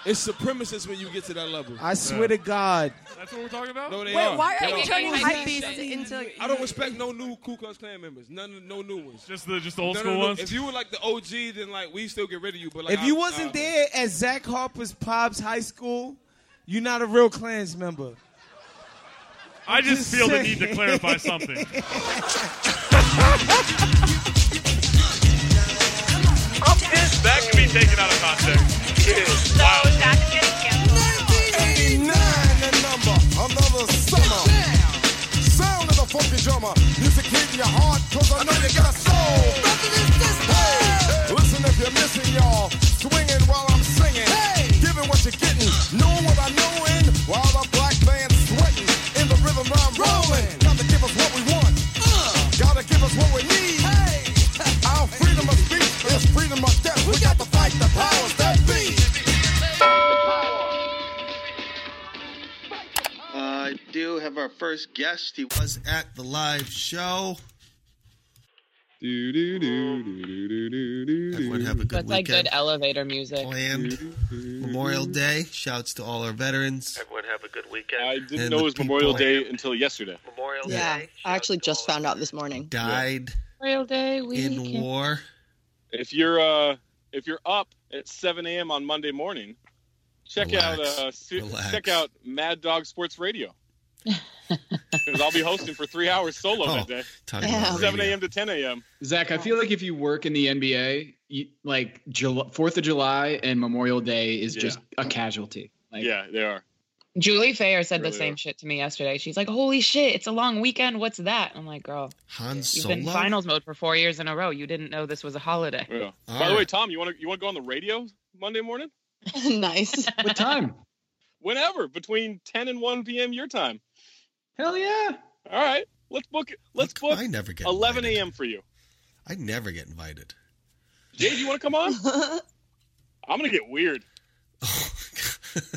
it's supremacist when you get to that level.
I swear to God.
That's what we're talking about. No, they
Wait,
are.
why are
They
you
are.
turning hypebeast into-
I don't respect no new Ku Klux Klan members. None, of- no new ones.
Just the just the old
No, no,
school
no.
ones.
If you were like the OG, then like we still get rid of you. But like,
if
I-
you
I-
wasn't there at Zach Harper's Pops High School, you're not a real Klans member.
I just
Just
feel the need
saying.
to
[laughs]
clarify something. that could be taken out of context. Wow.
[laughs]
Another summer. Sound of the funky drummer. Music hitting your heart, cause I know you got a soul. Hey, listen if you're missing, y'all. Swinging while I'm singing. Giving what you're getting. Knowing what I know in. While the black band's sweating. In the rhythm I'm rolling. Gotta give us what we want. Gotta give us what we need. Our freedom of speech is freedom of death. We got to fight the powers that be.
I do have our first guest. He
was at the live show.
Do, do, do, do, do, do,
Um,
do, do.
Everyone have a good
That's like
weekend.
good elevator music.
Planned Memorial Day. Shouts to all our veterans.
Everyone have a good weekend. I didn't
And
know
the
it was Memorial
people-
Day until yesterday.
Memorial yeah, I actually just found out this morning.
Died
Memorial Day
[laughs]
in war.
If you're uh if you're up at 7 a.m. on Monday morning, check
Relax.
out uh se-
Relax.
check out Mad Dog Sports
[laughs]
Radio. 'Cause I'll be hosting for three hours solo
Oh,
that day.
Talking
about radio.
7 a.m. to 10 a.m.
Zach, I feel like if you work in the NBA, you, like Jul Fourth of July and Memorial Day is just a casualty. Like, uh,
yeah, they are.
Julie Fayer said the
Really
same shit to me yesterday. She's like, "Holy shit, it's a long weekend. What's that?" I'm like, "Girl,
Han
you've been in
Solo.
finals mode for four years in a row. You didn't know this was a holiday."
Yeah. By the way, Tom, you want to you want to go on the radio Monday morning?
nice.
What time?
Whenever between 10 and 1 p.m. your time.
Hell yeah!
All right, let's book it. Let's book.
I never get
11 a.m. for you.
I never get invited.
Jade, you want to come on? I'm gonna get weird.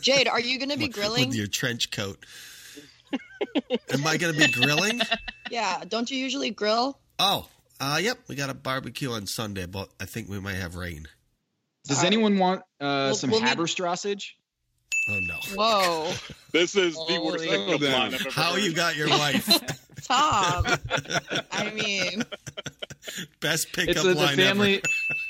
Jade, are you going to be grilling?
With your
[laughs]
trench coat. Am I going to be grilling?
Yeah, don't you usually grill?
Oh, uh, yep. We got a barbecue on Sunday, but I think we might have rain.
Does anyone want uh,
We'll-
some
we'll need-
Haberstrassage?
Oh no!
Whoa!
This is
the worst
thing to plan I've ever
How
heard.
you got your wife?
[laughs]
Tom. I mean,
Best pickup
It's a, the
line
family.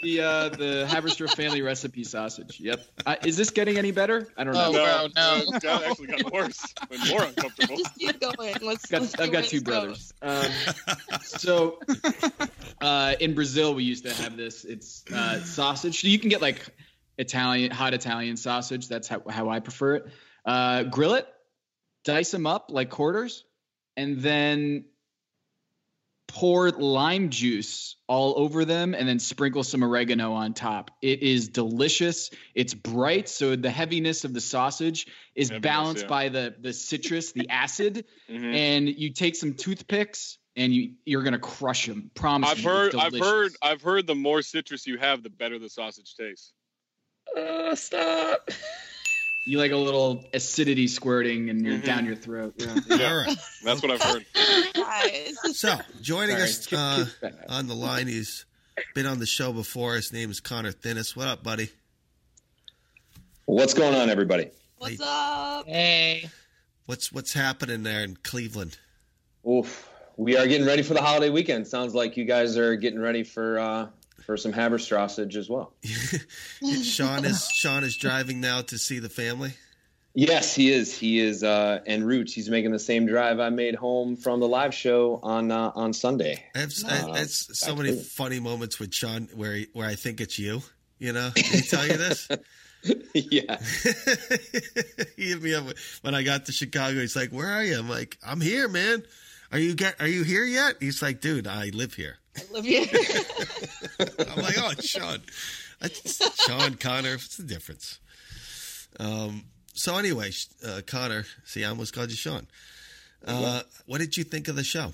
the uh, the Haverstra family recipe sausage. Yep. Uh, is this getting any better? I don't know.
no. That actually got worse and more uncomfortable.
Keep going. Let's.
Got-
let's
I've
see
got
where
two
this goes.
brothers.
[laughs]
Um, so, uh, in Brazil, we used to have this. It's uh, sausage. So you can get like Italian, hot Italian sausage. That's how, how I prefer it. Uh, grill it, dice them up like quarters, and then pour lime juice all over them and then sprinkle some oregano on top. It is delicious. It's bright, so the heaviness of the sausage is
Heaviness,
balanced
yeah.
by the the citrus, the acid,
Mm-hmm.
and you take some toothpicks and you you're gonna crush them. Promise.
I've
you,
heard,
it's
I've
delicious.
heard, I've heard. The more citrus you have, the better the sausage tastes.
Oh, stop. You like a little acidity squirting and you're
Mhm.
down your throat.
[laughs]
Yeah.
Yeah, that's what I've heard.
[laughs]
So, joining
Sorry.
us uh, on the line, he's been on the show before. His name is Connor Thinnis. What up, buddy?
What's going on, everybody?
What's up?
Hey.
What's what's happening there in [laughs] Cleveland?
Oof. We are getting ready for the holiday weekend. Sounds like you guys are getting ready for uh, for some Haberstrassage as well.
Sean is Sean is driving now to see the family.
Yes, he is. He is uh, en route. He's making the same drive I made home from the live show on uh, on Sunday.
I have, I-
Uh,
that's so
back
many
to you.
funny moments with Sean where he- where I think it's you. You know, did he tell you this?
yeah.
[laughs] he hit me up when I got to Chicago. He's like, "Where are you?" I'm like, "I'm here, man. Are you get, Are you here yet?" He's like, "Dude, I live here." [laughs]
Olivia.
I'm like, "Oh, it's Sean, It's Sean Connor. What's the difference?" Um. So anyway, sh- uh, Connor, see, I almost called you Sean. Uh, What did you think of the show?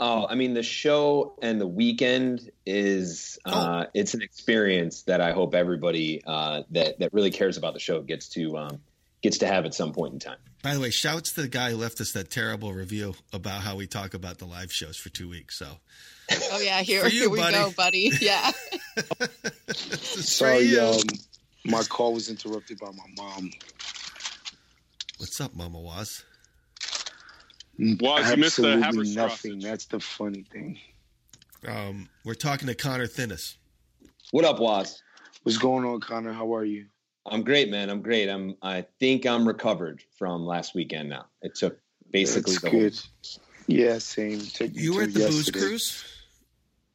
Oh, I mean, the show and the weekend is
Oh.
uh, it's an experience that I hope everybody uh, that that really cares about the show gets to um, gets to have at some point in time.
By the way, shouts to the guy who left us that terrible review about how we talk about the live shows for two weeks. So
Oh yeah, here,
[laughs] For you,
here we
buddy.
go, buddy. Yeah.
Sorry, um, my call was interrupted by my mom.
what's up, Mama Was?
Was you missed the
Absolutely
Haberstrassage.
nothing. That's the funny thing.
Um, we're talking to Connor Thinnis.
What up, Was?
What's going on, Connor? How are you?
I'm great, man. I'm great. I'm. I think I'm recovered from last weekend. Now it took basically
That's
the whole-
good. Yeah, same. Took me
You were
till
at the booze
yesterday.
cruise?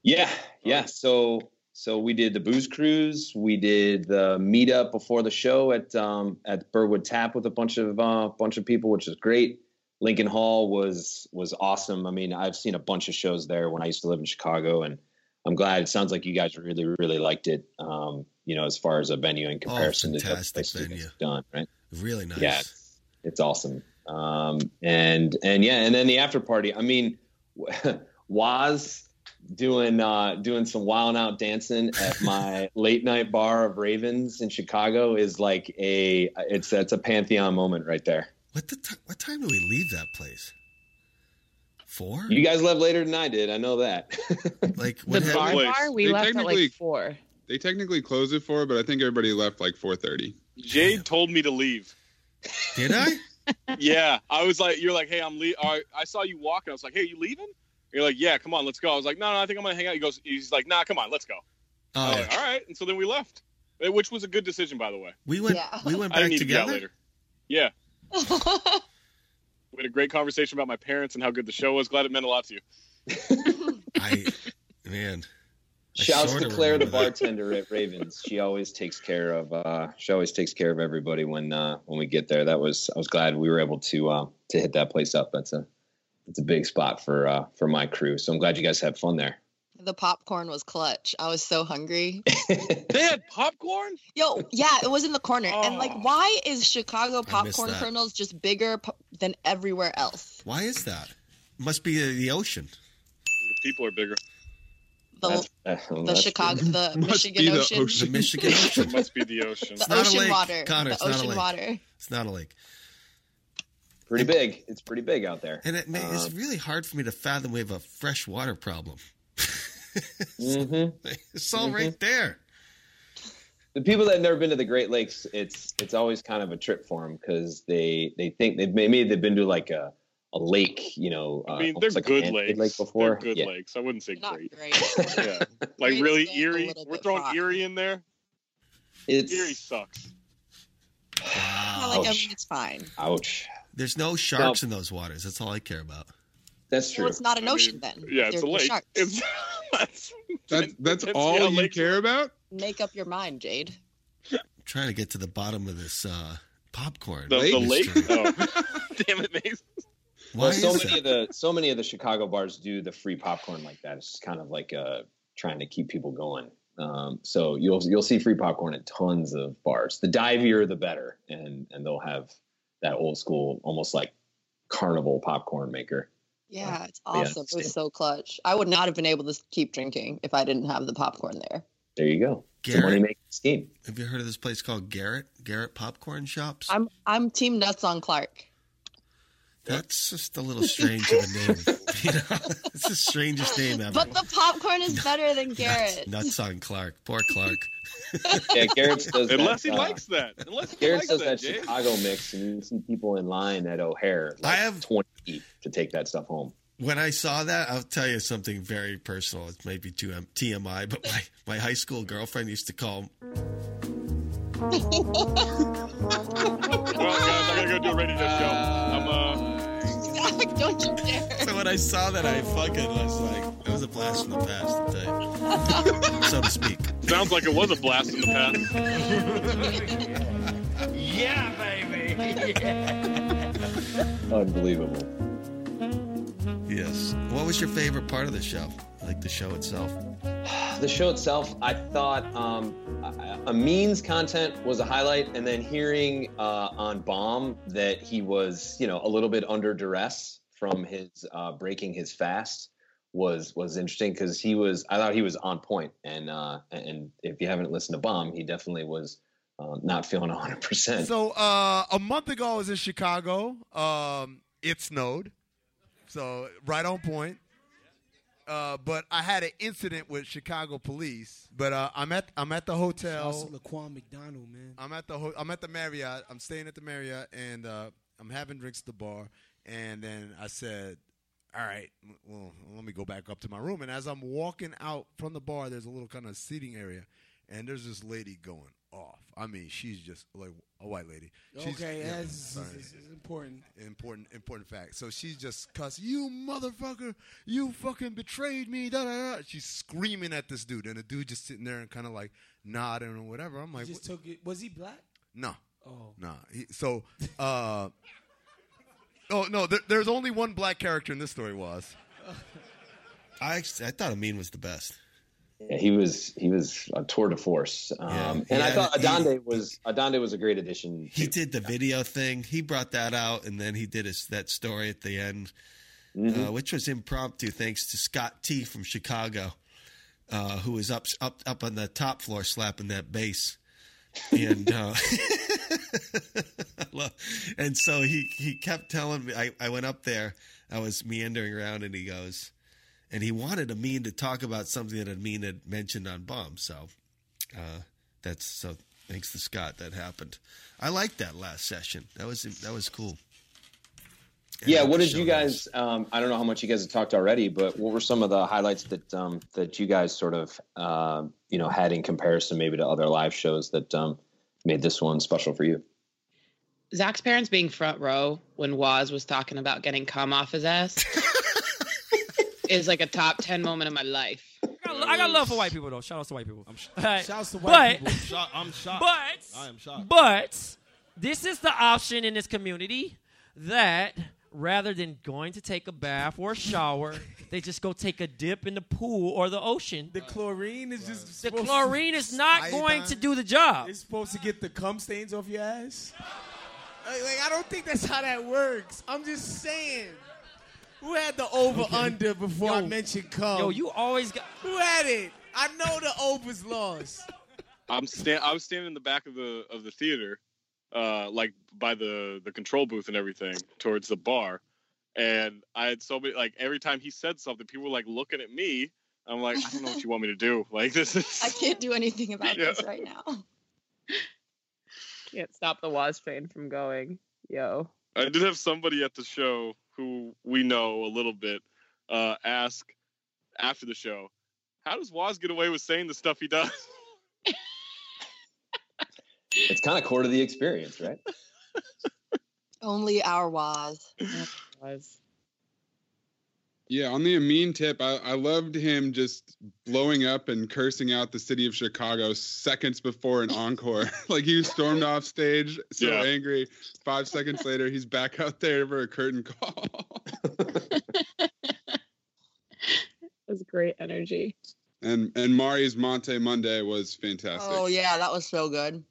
Yeah, yeah. So so we did the booze cruise. We did the meetup before the show at um, at Burwood Tap with a bunch of uh, bunch of people, which is great. Lincoln Hall was was awesome. I mean, I've seen a bunch of shows there when I used to live in Chicago, and I'm glad. It sounds like you guys really really liked it. Um, you know, as far as a venue in comparison to the other
fantastic
places you guys have done, right?
[laughs]
Really nice.
Yeah, it's, it's awesome. Um, and and yeah, and then the after party. I mean, [laughs] Waz doing uh, doing some wild out dancing at my late night bar of Ravens in Chicago is like a it's that's a pantheon moment right there.
What time do we leave that place? Four?
You guys left later than I did. I know that. [laughs]
like
what
The bar happened? bar, we They left at, like, technically-
four.
They technically closed it for, but I think everybody left like 4:30.
Jade told me to leave.
Did I?
[laughs] yeah, I was like, you're like, hey, I'm leaving. I, I saw you walking. I was like, hey, you leaving? You're like, yeah, come on, let's go. I was like, no, no, I think I'm gonna hang out. He goes, he's like, nah, come on, let's go. I
Oh,
was like, all right. And so then we left, eh, which was a good decision, by the way.
we went. We
[laughs]
went
I didn't
back
need to get out
together.
later.
[laughs]
Yeah. we had a great conversation about my parents and how good the show was. Glad it meant a lot to you.
I man. I
Shouts
sorta
to Claire, the
remember that.
bartender at Ravens. She always takes care of. Uh, she always takes care of everybody when uh, when we get there. That was I was glad we were able to uh, to hit that place up. That's a that's a big spot for uh, for my crew. So I'm glad you guys had fun there.
The popcorn was clutch. I was so hungry.
[laughs] they had popcorn? Oh.
Yo, yeah, it was in the corner. And like, why is Chicago popcorn
that.
kernels just bigger po- than everywhere else?
Why is that? Must be the, the ocean.
The people are bigger.
The, the Chicago,
[laughs]
the Michigan Ocean.
The
[laughs]
Michigan Ocean.
must be the ocean.
It's
The
not a
ocean
lake,
water.
Connor.
the
it's not a
ocean
lake.
water.
It's not a lake.
Pretty big. It's pretty big out there.
And it may, it's
Uh,
Um,
really hard for me to fathom we have a fresh water problem.
Mm-hmm.
[laughs] It's all right there.
mhm. The people that have never been to the Great Lakes, it's it's always kind of a trip for them because they they think they maybe they've been to like a a lake, you know.
I mean,
uh,
they're
like a
good
man-
lakes.
Lake [laughs] before.
They're good
Yeah.
lakes. I wouldn't say great.
great.
[laughs] yeah. Like
Great's
really
been a
eerie.
little
We're
bit
throwing
rocky.
eerie in there.
It's-
eerie sucks.
I like, I mean, it's fine.
Ouch.
There's no sharks in those waters. That's all I care about.
That's
Well, it's not an
I
ocean
mean,
then.
yeah,
if
it's a
there are
lake. [laughs]
sharks.
It's-
That's that's
That's
all
how
you
lakes
care about.
Make up your mind, Jade.
I'm trying to get to the bottom of this uh, popcorn.
The- the lake?
mystery.
Damn it, Mason.
Why
Well, so
is
many of the so many of the Chicago bars do the free popcorn like that. It's just kind of like uh, trying to keep people going. Um, so you'll you'll see free popcorn at tons of bars. The divier, the better, and and they'll have that old school, almost like carnival popcorn maker.
Yeah, it's
Yeah,
awesome. it
same.
was so clutch. I would not have been able to keep drinking if I didn't have the popcorn there.
There you
Oh,
go. It's a
Garrett.
money making scheme.
Have you heard of this place called Garrett? Garrett Popcorn Shops?
I'm I'm team nuts on Clark.
That's just a little strange of a name. [laughs] you know? It's the strangest name ever.
But the popcorn is better than Garrett.
Nuts on Clark. Poor Clark.
Yeah, Garrett does.
Unless
that,
he
uh,
likes that. Unless he
Garrett
likes
does that
that, Jay.
Chicago mix, and you see people in line at O'Hare. Like I have twenty deep to take that stuff home.
When I saw that, I'll tell you something very personal. It may be too um, TMI, but my, my high school girlfriend used to call.
Well, guys, I gotta go do a radio show. I'm uh,
Don't you dare.
So [laughs] when I saw that, I fucking was like, it was a blast from the past, I'll tell you. so to speak.
Sounds like it was a blast in the past.
Yeah, baby.
Unbelievable.
Yes. What was your favorite part of the show? Like the show itself?
the show itself, I thought um, Amin's content was a highlight, and then hearing uh, on Bomb that he was, you know, a little bit under duress from his uh, breaking his fast was was interesting because he was. I thought he was on point, and uh, and if you haven't listened to Bomb, he definitely was uh, not feeling hundred percent.
So uh, a month ago, I was in Chicago. Um, it snowed, so right on point. Uh, but I had an incident with Chicago police. But uh, I'm at I'm at the
Shout
hotel.
out to Laquan McDonald, man.
I'm at the ho- I'm at the Marriott. I'm staying at the Marriott, and uh, I'm having drinks at the bar. And then I said, "All right, m- well, let me go back up to my room." And as I'm walking out from the bar, there's a little kind of seating area, and there's this lady going off. I mean, she's just like a white lady. She's-
okay,
yeah,
that's
sorry.
this is important.
Important, important fact. So she's just cussing, "You motherfucker! You fucking betrayed me!" Da da da. She's screaming at this dude, and the dude just sitting there and kind of like nodding or whatever. I'm like,
just
"What-
took it. Was he black?
no.
Oh.
No. He, so, uh, [laughs] oh, no, there, there's only one black character in this story, Was.
I, actually, I thought Amin was the best.
Yeah, he was he was a tour de force, um, and I
Yeah,
thought
he-
Adonde was Adonde was a great addition.
He did the video thing. He brought that out, and then he did his, that story at the end, uh,
Mhm.
which was impromptu, thanks to Scott T from Chicago, uh, who was up up up on the top floor slapping that bass, and uh, [laughs] I love- and so he he kept telling me. I, I went up there. I was meandering around, and he goes, and he wanted Amin to talk about something that Amin had mentioned on Bomb. So uh, that's so. Thanks to Scott, that happened. I liked that last session. That was that was cool.
Yeah, what did you guys? Um, I don't know how much you guys have talked already, but what were some of the highlights that um, that you guys sort of um you know had in comparison maybe to other live shows that um, made this one special for you?
Zach's parents being front row when Waz was talking about getting cum off
[laughs]
his ass is like a top ten moment of my life.
I got, I got love for white people though. Shout out to white people. I'm [laughs]
Shouts to
but, [laughs]
white people.
Shock- I'm shocked.
But
I am shocked.
But this is the option in this community that rather than going to take a bath or a
[laughs]
shower, they just go take a dip in the pool or the ocean.
The chlorine is just
The
supposed to-
chlorine is not going to
Iodine.
do the job.
It's supposed to get the cum stains off your ass. Like, like, I don't think that's how that works. I'm just saying. Who had the over under before I mentioned cum?
Yo, you always got.
Who had it? I know the over's lost.
I'm stand. I was standing in the back of the of the theater, uh, like by the the control booth and everything, towards the bar, and I had so many like every time he said something, people were like looking at me. I'm like, I don't know what you want me to do. [laughs] Like this is.
[laughs] I can't do anything about
Yeah.
this right now.
Can't stop the Waz train from going. Yo.
I did have somebody at the show who we know a little bit, uh, ask after the show, how does Waz get away with saying the stuff he does?
It's kind of core to the experience, right?
Only our Waz.
Yeah, on the Amin tip, I, I loved him just blowing up and cursing out the city of Chicago seconds before [laughs] an encore. like he stormed off stage, so
Yeah.
angry. Five seconds later, he's back out there for a curtain call.
That's great energy.
And and Mari's Monte Monday was fantastic.
Oh yeah, that was so good.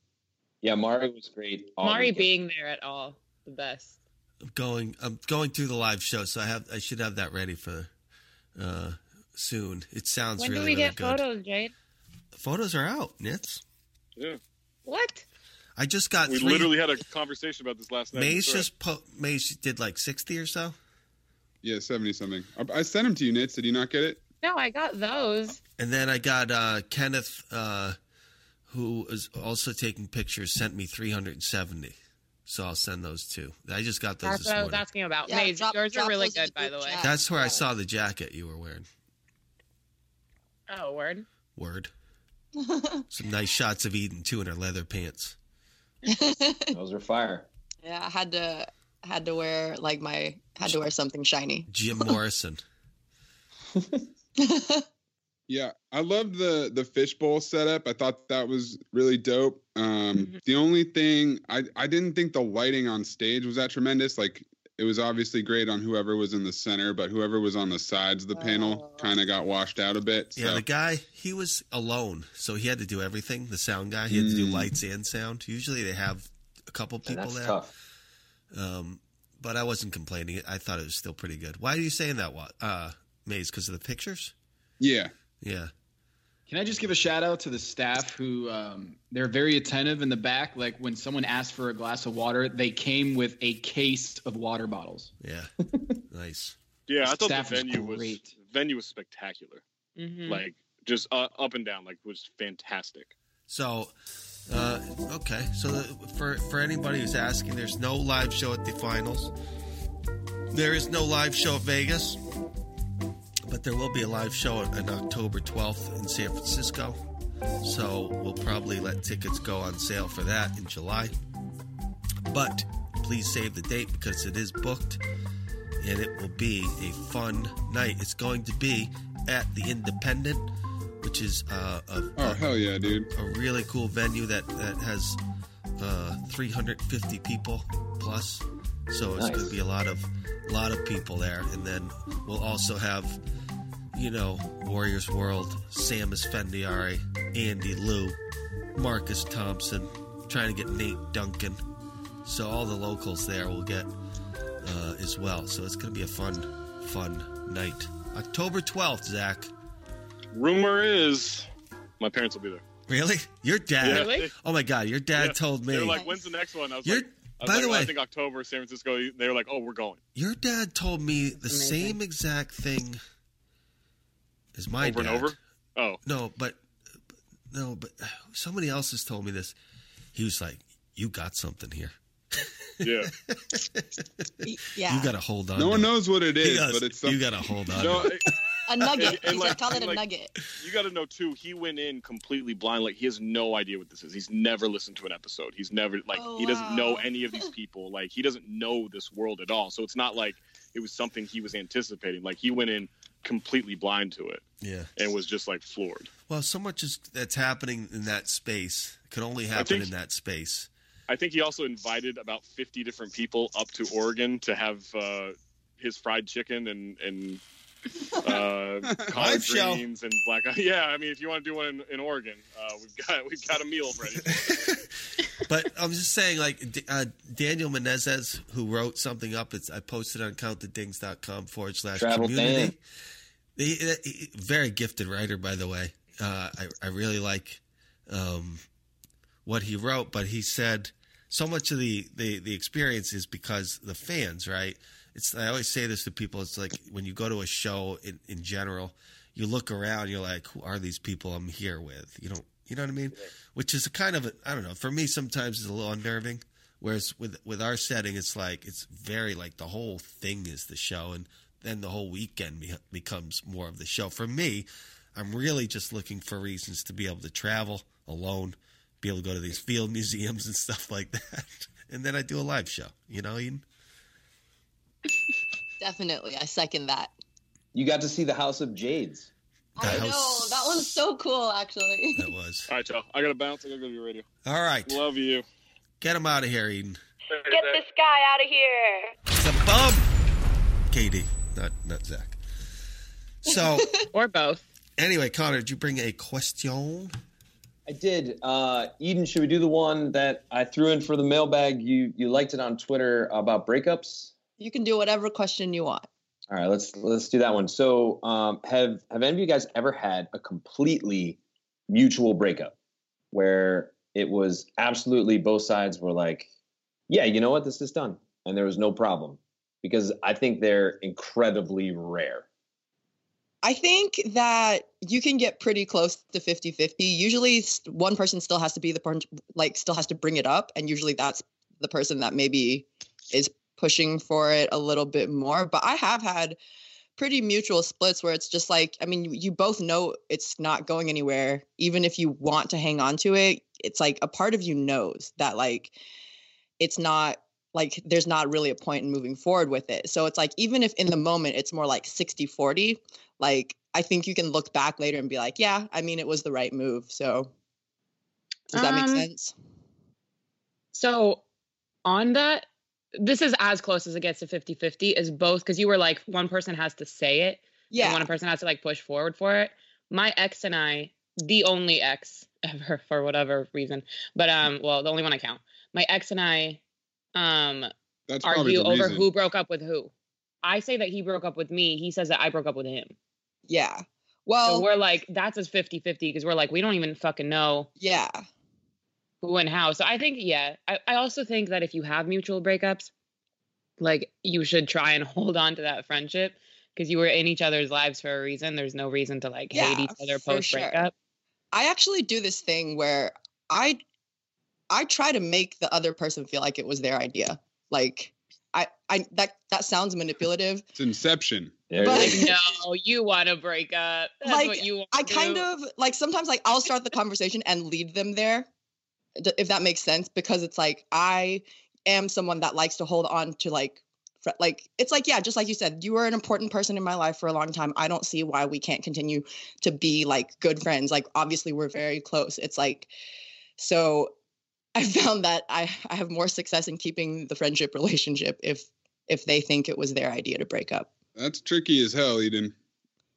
Yeah, Mari was great.
Mari being there at all, the best.
I'm going. I'm going through the live show, so I have. I should have that ready for uh, soon. It sounds
when
really,
do we
really
get
good.
photos, Jade?
Photos are out, Nits.
Yeah.
What?
I just got.
We
three-
literally had a conversation about this last night.
Maze
Sorry.
just po- Maze did like sixty or so.
Yeah, seventy something. I, I sent him to you, Nitz. Did you not get it?
No, I got those.
And then I got uh, Kenneth, uh, who is also taking pictures, sent me 370. So I'll send those too. I just got those
That's
this
what I was
morning.
asking about.
Yeah,
Maze,
drop-
yours
drop
are really
those in
good, by the way.
That's where I saw the jacket you were wearing.
Oh, word.
Word. Some nice shots of Eden too in her leather pants.
Those are fire.
[laughs] Yeah, I had to had to wear like my had to wear something shiny.
[laughs]
Jim Morrison.
Yeah, I loved the the fishbowl setup. I thought that was really dope.
Mm-hmm.
Um, the only thing I I didn't think the lighting on stage was that tremendous. Like it was obviously great on whoever was in the center, but whoever was on the sides of the panel
Oh.
kind of got washed out a bit. So.
Yeah, the guy, he was alone, so he had to do everything. The sound guy, he had to do lights and sound. Usually they have a couple people
Mm. that's
there.
tough.
Um, but I wasn't complaining. I thought it was still pretty good. Why are you saying that, Wa- uh, Maze? Because of the pictures?
Yeah.
Yeah.
Can I just give a shout out to the staff who um, they're very attentive in the back. Like when someone asked for a glass of water, they came with a case of water bottles. [laughs]
Yeah. nice.
Yeah, I
This
thought
staff
the
is
venue was,
great. Mm-hmm.
venue was spectacular.
Mhm.
Like just uh, up and down, like was fantastic.
So, uh, okay. So the- for for anybody who's asking, there's no live show at the finals. There is no live show at Vegas, but there will be a live show on October 12th in San Francisco. So we'll probably let tickets go on sale for that in July. But please save the date because it is booked and it will be a fun night. It's going to be at the Independent, which is uh, a,
Oh
a-
hell yeah, dude!
a really cool venue that that has uh, 350 people plus. So it's going
Nice.
to be a lot of lot of people there, and then we'll also have you know Warriors World, Samus Fendiari, Andy Lou, Marcus Thompson, trying to get Nate Duncan. So all the locals there will get uh, as well. So it's going to be a fun fun night. October 12th, Zach.
Rumor is my parents will be there.
Really? Your dad?
Yeah. Really?
Oh my God! Your dad told me.
They're like, when's the next one? I was
You're-
like, I was
by
like,
the
"Well, I
way-
think October, San Francisco. They were like, oh, we're going.
Your dad told me the same exact thing as my
Over and
dad.
over? Oh.
No, but no, but uh, somebody else has told me this. He was like, "You got something here.
[laughs]
Yeah.
Yeah.
You got to hold on."
No
to
one
it."
knows what it
He
is,
goes,
but it's
you got to hold on.
No,
to it."
it-
A
And-
nugget.
and
He
like-
said, call it
and
a
like-
nugget.
you got to know too. He went in completely blind. Like he has no idea what this is. He's never listened to an episode. He's never like
Oh,
he doesn't know
wow.
any of
[laughs]
these people. Like he doesn't know this world at all. So it's not like it was something he was anticipating. Like he went in completely blind to it
yeah.
and was just like floored.
Well, so much is that's happening in that space can only happen
think-
in that space.
I think he also invited about 50 different people up to Oregon to have uh, his fried chicken and and uh, collard
Live show.
greens and black. Yeah, I mean, if you want to do one in, in Oregon, uh, we've got we've got a meal ready.
But I'm just saying, like D- uh, Daniel Menezes, who wrote something up, it's I posted on countthedings.com forward slash
Travel Dan.
community. He- he- he- very gifted writer, by the way. Uh, I I really like um, what he wrote, but he said so much of the, the the experience is because the fans, right? It's I always say this to people. It's like when you go to a show in, in general, you look around, you're like, who are these people I'm here with? You don't, you know what I mean? Which is a kind of a, I don't know. For me, sometimes it's a little unnerving Whereas with with our setting, it's like it's very like the whole thing is the show, and then the whole weekend be, becomes more of the show. For me, I'm really just looking for reasons to be able to travel alone, be able to go to these field [laughs] museums and stuff like that, [laughs] and then I do a live show. You know, Eden.
Definitely. I second that.
You got to see the House of Jades.
The
I know. That one's so cool, actually.
That was.
All right, y'all. I gotta bounce. I gotta go to your radio.
All right.
Love you.
Get him out of here, Eden.
Get this guy out of here.
It's a bum. KD, not not Zach. So
[laughs] or both.
Anyway, Connor, did you bring a question?
I did. Uh, Eden, should we do the one that I threw in for the mailbag? You you liked it on Twitter about breakups.
You can do whatever question you want.
All right, let's let's do that one. So, um, have have any of you guys ever had a completely mutual breakup where it was absolutely both sides were like, "Yeah, you know what, this is done," and there was no problem? Because I think they're incredibly rare.
I think that you can get pretty close to 50-50. Usually s- one person still has to be the person like still has to bring it up and usually that's the person that maybe is pushing for it a little bit more, but I have had pretty mutual splits where it's just like I mean you- you both know it's not going anywhere even if you want to hang on to it. It's like a part of you knows that like it's not like there's not really a point in moving forward with it. So it's like even if in the moment it's more like 60 40, like I think you can look back later and be like, yeah, I mean it was the right move. So does that make
Um,
sense?
So on that, this is as close as it gets to 50 50 is both because you were like one person has to say it.
Yeah.
And one person has to like push forward for it. My ex and I, the only ex [laughs] ever for whatever reason, but um, well, the only one I count. My ex and I um
That's probably
argue
the
over
reason.
who broke up with who. I say that he broke up with me. He says that I broke up with him.
Yeah.
Well, we're like, that's as 50 50 because we're like, we don't even fucking know.
Yeah.
Who and how. So I think, yeah. I, I also think that if you have mutual breakups, like you should try and [laughs] hold on to that friendship because you were in each other's lives for a reason. There's no reason to like hate
Yeah,
each other
for
post
sure.
breakup.
I actually do this thing where I I try to make the other person feel like it was their idea. Like I I that that sounds manipulative.
It's Inception.
But-
Like, no, you want to break up. That's
like
what you want.
I kind of like sometimes like I'll start the conversation and lead them there d- if that makes sense because it's like I am someone that likes to hold on to like fr- like it's like yeah just like you said you were an important person in my life for a long time I don't see why we can't continue to be like good friends like obviously we're very close it's like so [laughs] I found that I I have more success in keeping the friendship relationship if if they think it was their idea to break up
That's tricky as hell, Eden.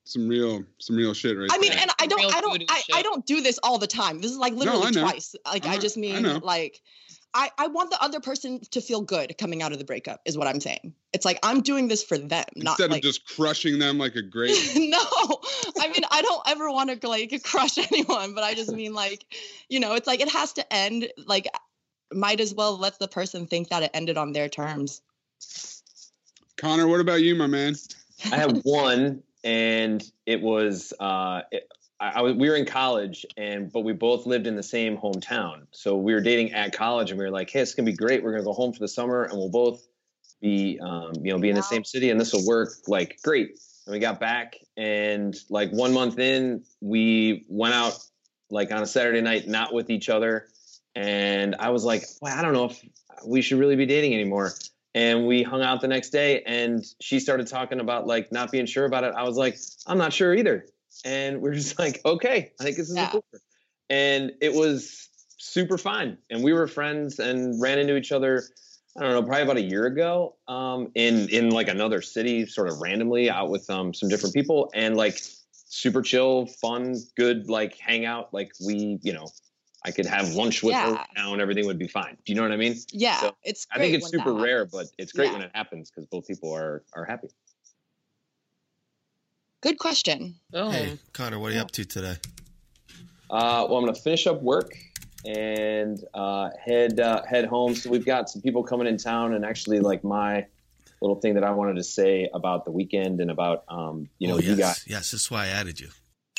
Some real, some real shit right
I mean,
there.
and I don't, I don't, I, I don't do this all the time. This is like
No,
literally
I know.
twice. Like I just mean
know.
like, I I want the other person to feel good coming out of the breakup is what I'm saying. It's like I'm doing this for them, not
Instead
like.
of just crushing them like a grape.
[laughs] no, I mean I don't ever want to like [laughs] crush anyone, but I just mean like, you know, it's like it has to end. Like, might as well let the person think that it ended on their terms.
Connor, what about you, my man?
I had one, and it was uh, it, I, I was, we were in college, and but we both lived in the same hometown, so we were dating at college, and we were like, "Hey, it's gonna be great. We're gonna go home for the summer, and we'll both be, um, you know, be in the same city, and this will work. Like, great." And we got back, and like one month in, we went out like on a Saturday night, not with each other, and I was like, well, I don't know if we should really be dating anymore and we hung out the next day and she started talking about like not being sure about it i was like i'm not sure either and we're just like okay i think this is a cool and it was super fun and we were friends and ran into each other i don't know probably about a year ago um, in in like another city sort of randomly out with um, some different people and like super chill fun good like hangout like we you know i could have lunch with
Yeah.
her now and everything would be fine do you know what i mean
Yeah,
So-
it's.
I think
great
it's
when that
super rare,
happens.
but it's great
Yeah.
when it happens because both people are are happy.
Good question.
Oh.
Hey, Connor, what are you up to today?
Uh, well, I'm gonna finish up work and uh, head uh, head home. So we've got some people coming in town, and actually, like my little thing that I wanted to say about the weekend and about um, you know
oh,
you
yes,
guys.
yes, that's why I added you.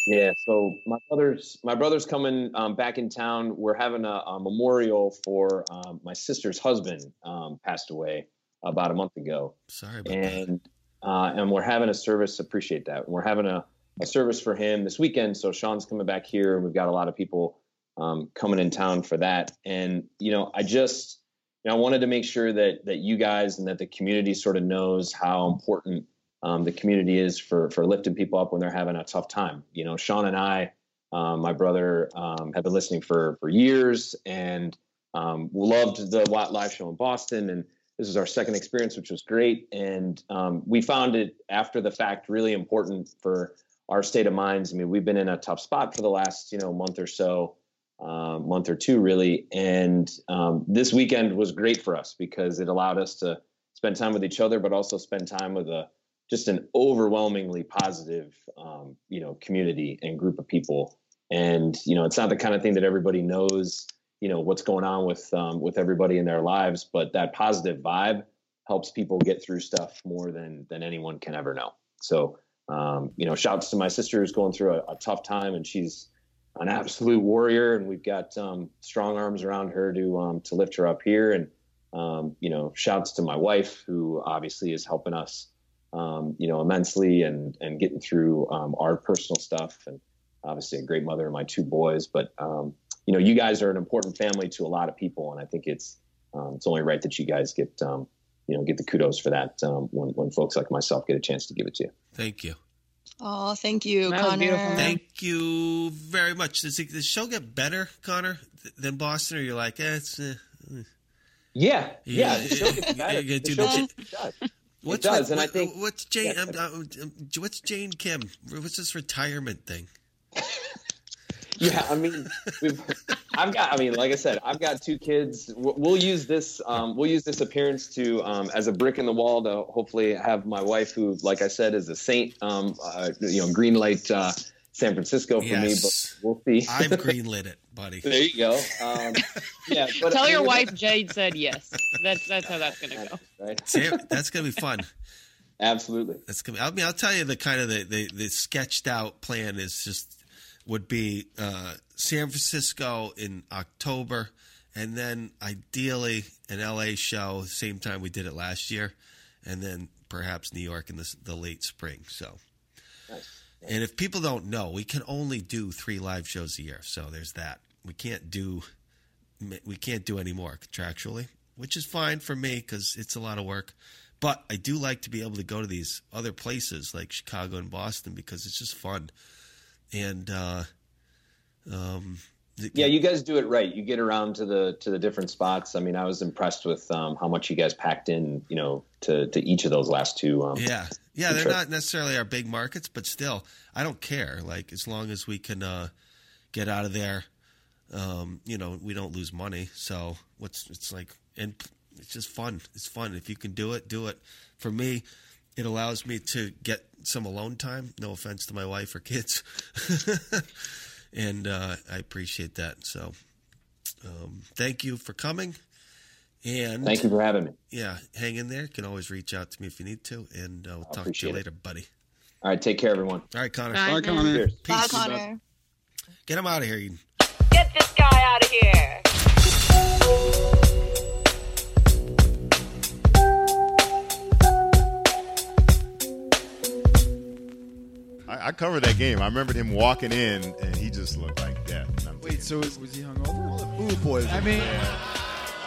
Yeah, so my brother's my brother's coming um, back in town. We're having a, a memorial for um, my sister's husband um, passed away about a month ago,
Sorry about
and uh, and we're having a service. Appreciate that. We're having a, a service for him this weekend. So Sean's coming back here, and we've got a lot of people um, coming in town for that. And you know, I just you know, I wanted to make sure that that you guys and that the community sort of knows how important um, the community is for for lifting people up when they're having a tough time. You know, Sean and I, um, my brother, um, have been listening for for years and um, loved the Watt Live Show in Boston. And this is our second experience, which was great. And um, we found it after the fact really important for our state of minds. I mean, we've been in a tough spot for the last you know month or so um, month or two really. And um, this weekend was great for us because it allowed us to spend time with each other, but also spend time with a just an overwhelmingly positive, um, you know, community and group of people. And you know, it's not the kind of thing that everybody knows, you know, what's going on with um, with everybody in their lives, but that positive vibe helps people get through stuff more than than anyone can ever know. So. Um, you know, shouts to my sister who's going through a, a tough time, and she's an absolute warrior, and we've got um, strong arms around her to um, to lift her up here. And um, you know, shouts to my wife who obviously is helping us, um, you know, immensely and and getting through um, our personal stuff, and obviously a great mother and my two boys. But um, you know, you guys are an important family to a lot of people, and I think it's um, it's only right that you guys get um, you know get the kudos for that um, when when folks like myself get a chance to give it to you.
Thank you.
Oh, thank you,
That was
Connor.
beautiful. Thank you very much. Does the, does the show get better, Connor, th- than Boston? Or you're like, eh, it's. Uh,
yeah, yeah, the show gets better.
You're gonna
The
do
show
the, what's
does,
with-
and I
what-
think-
what's Jane?
Yeah.
um, um, um, what's Jane Kim? What's this retirement thing?
yeah i mean we've i've got i mean like i said i've got two kids W- we'll use this um, we'll use this appearance to um, as a brick in the wall to hopefully have my wife who like i said is a saint um, uh, you know green light uh, san francisco for
Yes.
me but we'll see [laughs]
I've greenlit it, buddy.
there you go um,
[laughs]
yeah but
Tell
I
your
mean, [laughs]
wife Jade said yes. That's that's how that's gonna go.
right
Sam, that's gonna be fun.
[laughs] Absolutely.
That's gonna. I mean, I'll tell you the kind of the the, the sketched out plan is just would be uh, San Francisco in October, and then ideally an LA show same time we did it last year, and then perhaps New York in the s- the late spring. So. And if people don't know, we can only do three live shows a year. So there's that. We can't do we can't do any more contractually, which is fine for me because it's a lot of work. But I do like to be able to go to these other places like Chicago and Boston because it's just fun. And uh, um,
yeah you guys do it right you get around to the to the different spots i mean i was impressed with um, how much you guys packed in you know to to each of those last two um,
yeah, yeah, they're
Sure.
not necessarily our big markets, but still, I don't care. Like as long as we can uh, get out of there, um, you know, we don't lose money. So what's it's like, and it's just fun. It's fun if you can do it, do it. For me, it allows me to get some alone time. No offense to my wife or kids, [laughs] and uh, I appreciate that. So, um, thank you for coming. And
Thank you for having me.
Yeah, uh, hang in there. You can always reach out to me if you need to, and uh, we'll talk to
appreciate
you
it.
later, buddy.
all right take care everyone
All right, Connor.
Bye, Bye, man. Connor.
Cheers.
Bye,
Peace.
Connor.
Get him out of here. you-
Get this guy out of here.
I, I covered that game. I remembered him walking in, and he just looked like death. And I'm
Wait, so was he hungover?
food poisoning.
I mean,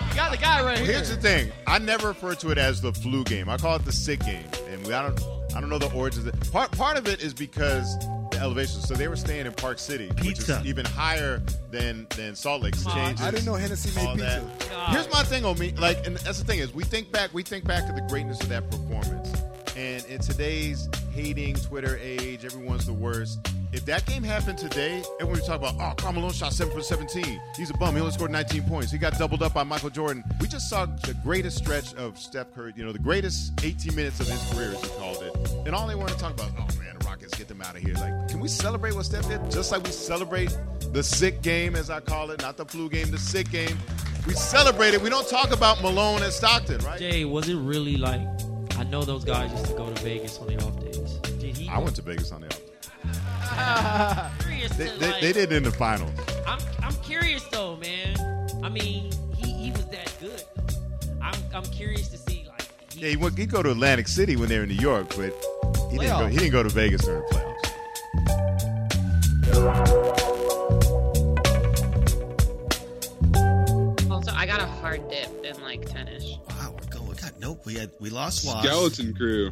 you got the guy right here.
Here's the thing. I never refer to it as the flu game. I call it the sick game, and we, I don't. I don't know the origins. Part part of it is because the elevation. So they were staying in Park City,
Pizza.
which is even higher than than Salt Lake.
Come on.
Changes,
I didn't know Hennessy made
all that.
pizza.
Here's my thing on me. Like, and that's the thing is, we think back. We think back to the greatness of that performance. And in today's hating Twitter age, everyone's the worst. If that game happened today, everyone would talk about, oh, Carmelo shot 7 for 17. He's a bum. He only scored 19 points. He got doubled up by Michael Jordan. We just saw the greatest stretch of Steph Curry, you know, the greatest 18 minutes of his career, as he called it. And all they want to talk about, oh, man, the Rockets, get them out of here. Like, can we celebrate what Steph did? Just like we celebrate the sick game, as I call it, not the flu game, the sick game. We celebrate it. We don't talk about Malone and Stockton, right?
Jay, was it really like? I know those guys used to go to Vegas on the off days. Did he?
I went to Vegas on the
[laughs]
off.
curious
They,
to,
they,
like-
they did it in the finals.
I'm I'm curious though, man. I mean, he, he was that good. I'm I'm curious to see like
Yeah, he went, he'd go to Atlantic City when they were in New York, but he didn't go. He didn't go to Vegas during the playoffs.
Also, I got a hard dip in like 10 ish.
Wow, we're going. God, nope. We had we lost was.
Skeleton crew.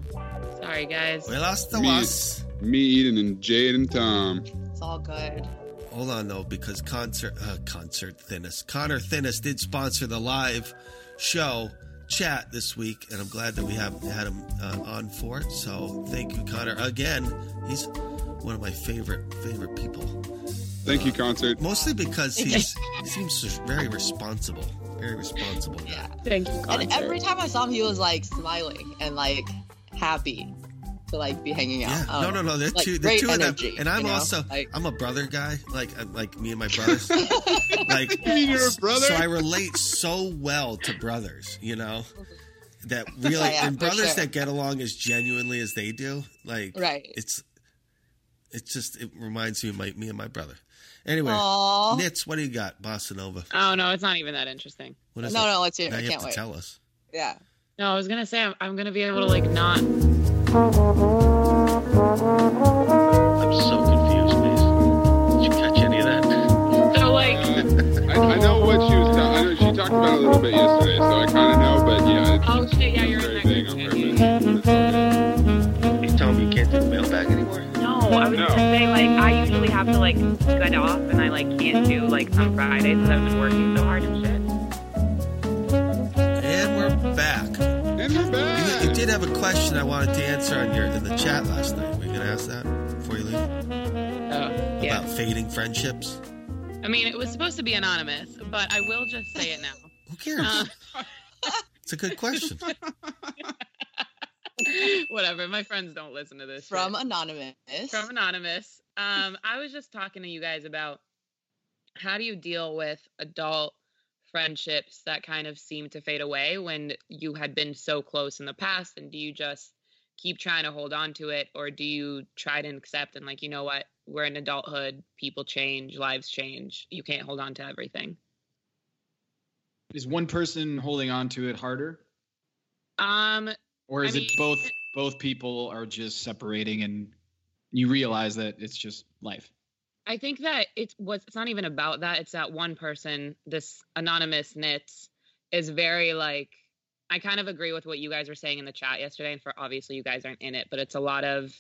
Sorry, guys.
We lost the
Me-
was.
Me, Eden, and Jade and Tom.
It's all good.
Hold on though, because concert uh, concert Thinnis Connor Thinnis did sponsor the live show chat this week, and I'm glad that we have had him uh, on for it. So thank you, Connor. Again, he's one of my favorite favorite people.
Thank you, concert.
Mostly because he's he seems very responsible, very responsible guy.
Thank you.
And every time I saw him, he was like smiling and like happy to like be hanging out. I
No,
don't
no,
know.
no. They're
Um, Like,
two. They're
great
two
energy,
of them. And I'm
you know?
also. I'm a brother guy. Like, i like me and my
[laughs]
brothers. like,
mean you're a brother?
So I relate so well to brothers. You know,
[laughs]
that really
Yeah,
and
for
brothers
sure.
that get along as genuinely as they do. Like,
Right.
It's. It's just. It reminds me of my me and my brother. Anyway,
Aw.
Nitz, what do you got, Bossa Nova?
Oh, no, it's not even that interesting.
What is
No,
it?
no, let's hear it.
Now
I
you
can't
have to
wait.
tell us.
Yeah.
No, I was going to say, I'm, I'm going to be able to like not.
I'm so confused, Mace. Did you catch any
[laughs]
of that?
So,
[laughs]
like,
I, I know what she was. Ta- I know she talked about it a little bit yesterday, so I kind of know. But yeah, it's
oh shit, yeah, you're in that
thing
group.
on
chat.
You telling me you can't do the mailbag anymore?
No, I was gonna say like I usually have to like gut off and I like can't do like some Fridays because I've been working so hard and shit.
And we're back.
And we're back.
You, you did have a question I wanted to answer on your in the chat last night. Were you gonna ask that before you leave?
Oh, Uh, yeah.
About fading friendships.
I mean, it was supposed to be anonymous, but I will just say it now. Um,
Who cares? It's a
[laughs]
good question.
[laughs]
Whatever. My friends don't listen to this.
From
shit.
anonymous.
From anonymous. Um, I was just talking to you guys about how do you deal with adult friendships that kind of seem to fade away when you had been so close in the past, and do you just keep trying to hold on to it, or do you try to accept and like, you know what, we're in adulthood, people change, lives change, you can't hold on to everything.
Is one person holding on to it harder,
Um,
or is
I
it both? Both people are just separating, and you realize that it's just life.
I think that it was it's not even about that. It's that one person, this anonymous nits, is very like I kind of agree with what you guys were saying in the chat yesterday, and for obviously you guys aren't in it, but it's a lot of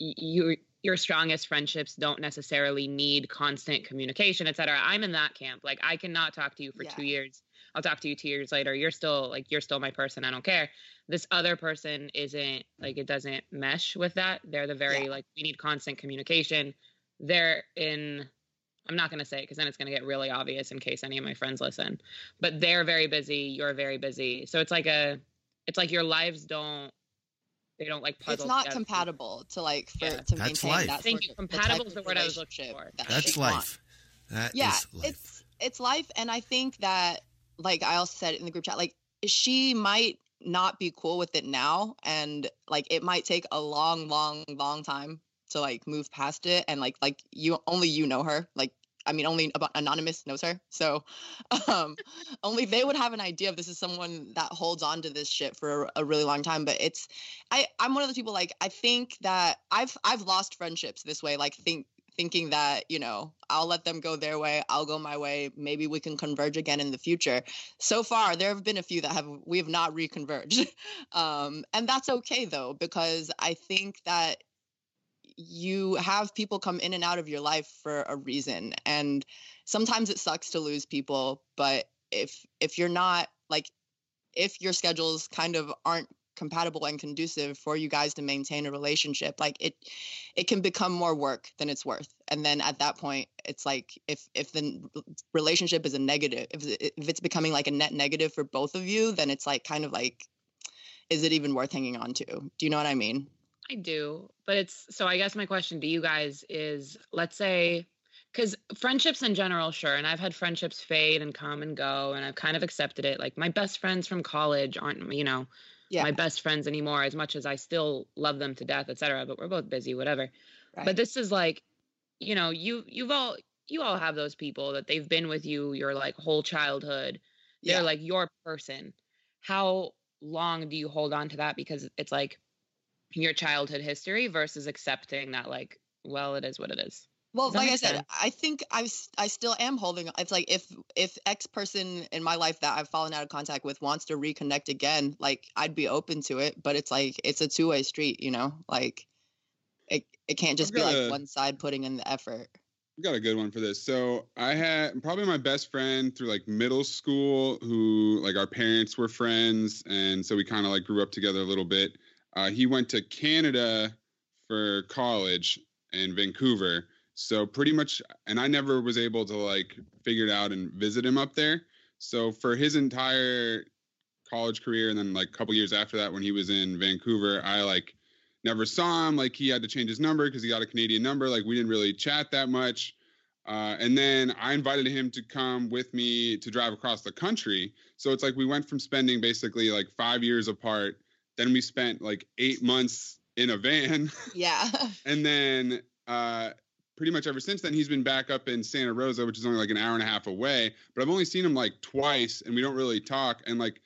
y- your your strongest friendships don't necessarily need constant communication, et cetera. I'm in that camp. Like I cannot talk to you for two years. I'll talk to you two years later. You're still like you're still my person. I don't care. This other person isn't like it doesn't mesh with that. They're the very like we need constant communication they're in i'm not going to say it because then it's going to get really obvious in case any of my friends listen but they're very busy you're very busy so it's like a it's like your lives don't they don't like puzzle
It's not
together.
compatible to like for to
That's
maintain
life.
that.
Thank
sort
you.
of-
Compatible
type
is
of
the word I was looking
relationship that
That's
you want.
life. That is
yeah,
life.
it's it's life, and I think that like I also said it in the group chat, like she might not be cool with it now, and like it might take a long, long, long time to like move past it, and like like you only you know her, like I mean only about anonymous knows her, so [laughs] um only they would have an idea if this is someone that holds on to this shit for a, a really long time, but it's I I'm one of those people like I think that I've I've lost friendships this way like think thinking that you know I'll let them go their way I'll go my way maybe we can converge again in the future so far there have been a few that have we have not reconverged [laughs] um and that's okay though because I think that you have people come in and out of your life for a reason and sometimes it sucks to lose people but if if you're not like if your schedules kind of aren't compatible and conducive for you guys to maintain a relationship like it it can become more work than it's worth and then at that point it's like if if the n- relationship is a negative if, it- if it's becoming like a net negative for both of you then it's like kind of like is it even worth hanging on to do you know what i mean
I do, but it's so I guess my question to you guys is let's say cuz friendships in general sure and I've had friendships fade and come and go and I've kind of accepted it like my best friends from college aren't you know my best friends anymore as much as I still love them to death etc but we're both busy whatever But this is like, you know, you you've all you all have those people that they've been with you your like whole childhood. They're like your person. How long do you hold on to that because it's like your childhood history versus accepting that like well it is what it is.
Well,
Does that
like
make
I said,
sense?
I think I s- I still am holding. It's like if if X person in my life that I've fallen out of contact with wants to reconnect again, like I'd be open to it. But it's like it's a two way street, you know. Like it it can't just
I've
be
got
like
a-
one side putting in the effort. [laughs]
I've got a good one for this. So I had probably my best friend through like middle school, who like our parents were friends, and so we kind of like grew up together a little bit. Uh, he went to Canada for college in Vancouver, so pretty much, and I never was able to like figure it out and visit him up there. So for his entire college career, and then like a couple years after that, when he was in Vancouver, I like never saw him. Like he had to change his number because he got a Canadian number. Like we didn't really chat that much. Uh, and then I invited him to come with me to drive across the country. So it's like we went from spending basically like five years apart. Then we spent like eight months in a van. [laughs]
Yeah. [laughs]
and then uh, pretty much ever since then, he's been back up in Santa Rosa, which is only like an hour and a half away. But I've only seen him like twice, and we don't really talk. And like,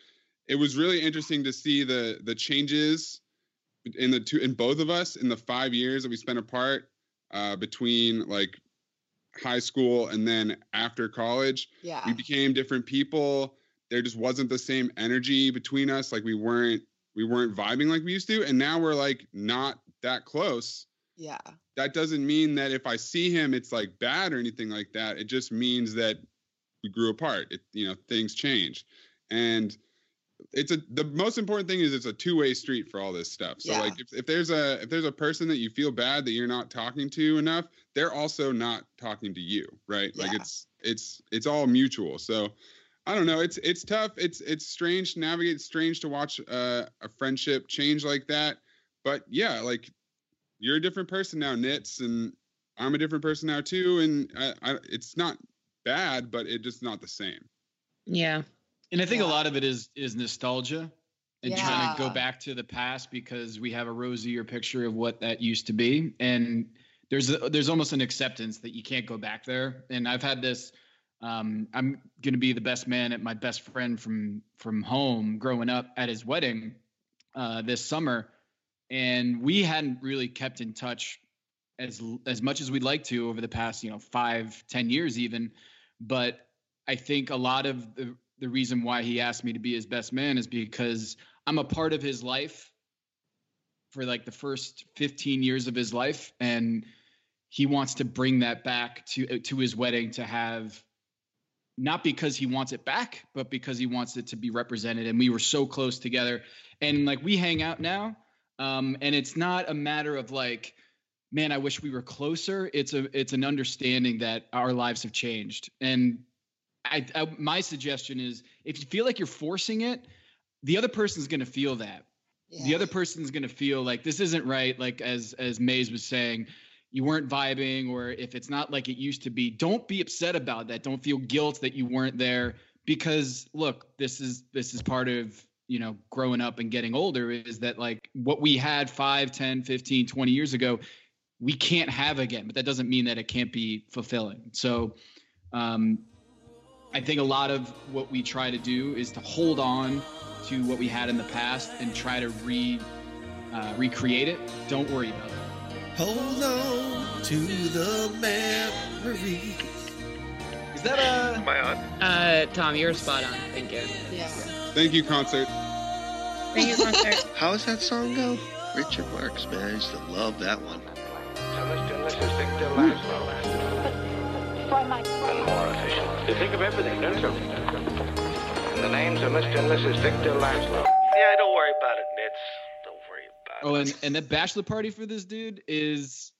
it was really interesting to see the the changes in the two in both of us in the five years that we spent apart uh, between like high school and then after college.
Yeah.
We became different people. There just wasn't the same energy between us. Like we weren't we weren't vibing like we used to, and now we're like not that close
Yeah.
that doesn't mean that if I see him, it's like bad or anything like that. It just means that we grew apart. It, you know, things change, and it's a the most important thing is it's a two way street for all this stuff. So
Yeah.
like if, if there's a if there's a person that you feel bad that you're not talking to enough, they're also not talking to you, right? Like
Yeah.
it's it's it's all mutual. So I don't know. It's it's tough. It's it's strange to navigate. It's strange to watch uh, a friendship change like that. But yeah, like you're a different person now, Nitz, and I'm a different person now too. And I, I, it's not bad, but it's just not the same.
Yeah.
And I think a lot of it is is nostalgia and trying to go
Yeah.
back to the past because we have a rosier picture of what that used to be. And there's a, there's almost an acceptance that you can't go back there. And I've had this. Um, I'm gonna be the best man at my best friend from from home growing up at his wedding uh, this summer, and we hadn't really kept in touch as as much as we'd like to over the past you know five ten years even but i think a lot of the, the reason why he asked me to be his best man is because i'm a part of his life for like the first 15 years of his life and he wants to bring that back to uh, to his wedding to have not because he wants it back but because he wants it to be represented and we were so close together and like we hang out now um and it's not a matter of like man i wish we were closer it's a it's an understanding that our lives have changed and I, I my suggestion is if you feel like you're forcing it the other person's going to feel that the other person's going to feel like this isn't right like as as mays was saying you weren't vibing or if it's not like it used to be don't be upset about that don't feel guilt that you weren't there because look this is this is part of you know growing up and getting older is that like what we had 5 10 15 20 years ago we can't have again but that doesn't mean that it can't be fulfilling so um I think a lot of what we try to do is to hold on to what we had in the past and try to re uh, recreate it. Don't worry about it.
Hold on to the memory.
Is that a?
Am I on?
Uh Tom, you're spot on. Thank you.
Yeah.
Thank you, concert.
Thank you,
[laughs]
concert.
How does that song go? Richard Marks, man. I used to love that one.
and more efficient. You think of everything, don't you? And the names are Mr. and Mrs. Victor Laszlo. Yeah, don't worry about it, Nitz. Don't worry about
Oh, and and the bachelor party for this dude is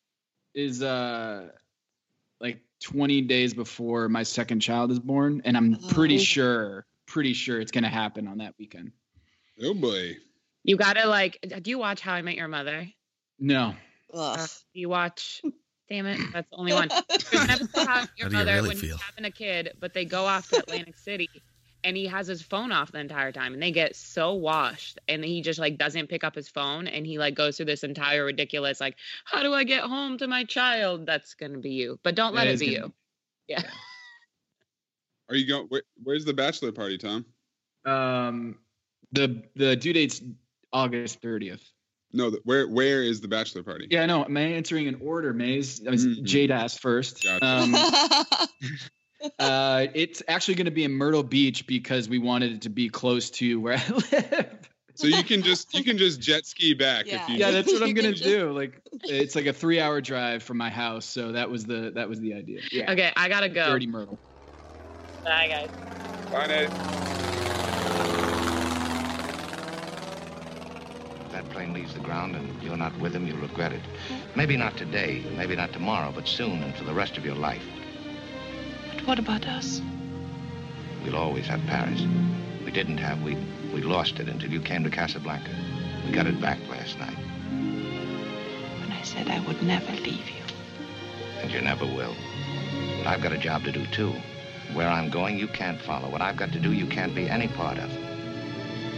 is uh like 20 days before my second child is born, and I'm pretty
Oh.
sure pretty sure it's gonna happen on that weekend.
Oh boy.
[laughs] You gotta like do you watch How I Met Your Mother?
No.
Uh, do you watch damn it, that's the only one. There's an episode of How I Met
How
Your
do you
mother
really
when
feel?
he's having a kid, but they go off to Atlantic City and he has his phone off the entire time and they get so washed and he just like doesn't pick up his phone and he like goes through this entire ridiculous like how do i get home to my child that's gonna be you but don't let
That
it
is
be
gonna
you yeah
[laughs]
Are you going? Where, where's the bachelor party, Tom?
Um, the the due date's August thirtieth.
No, the, where where is the bachelor party?
Yeah, no. Am I answering in order, Maze? I was
Mm-hmm.
Jade asked first. Um, uh, it's actually going to be in Myrtle Beach because we wanted it to be close to where I live.
So you can just you can just jet ski back
yeah.
if you.
that's what I'm gonna do. Like it's like a three hour drive from my house, so that was the that was the idea. Yeah.
okay i gotta go
Dirty Myrtle.
bye guys
Bye,
That plane leaves the ground and you're not with him, you'll regret it.
Hmm?
Maybe not today, maybe not tomorrow, but soon and for the rest of your life.
But what about us?
We'll always have Paris. We didn't have, we, we lost it until you came to Casablanca. We got it back last night,
When I said I would never leave you.
and you never will. But I've got a job to do too. Where I'm going, you can't follow. What I've got to do, you can't be any part of.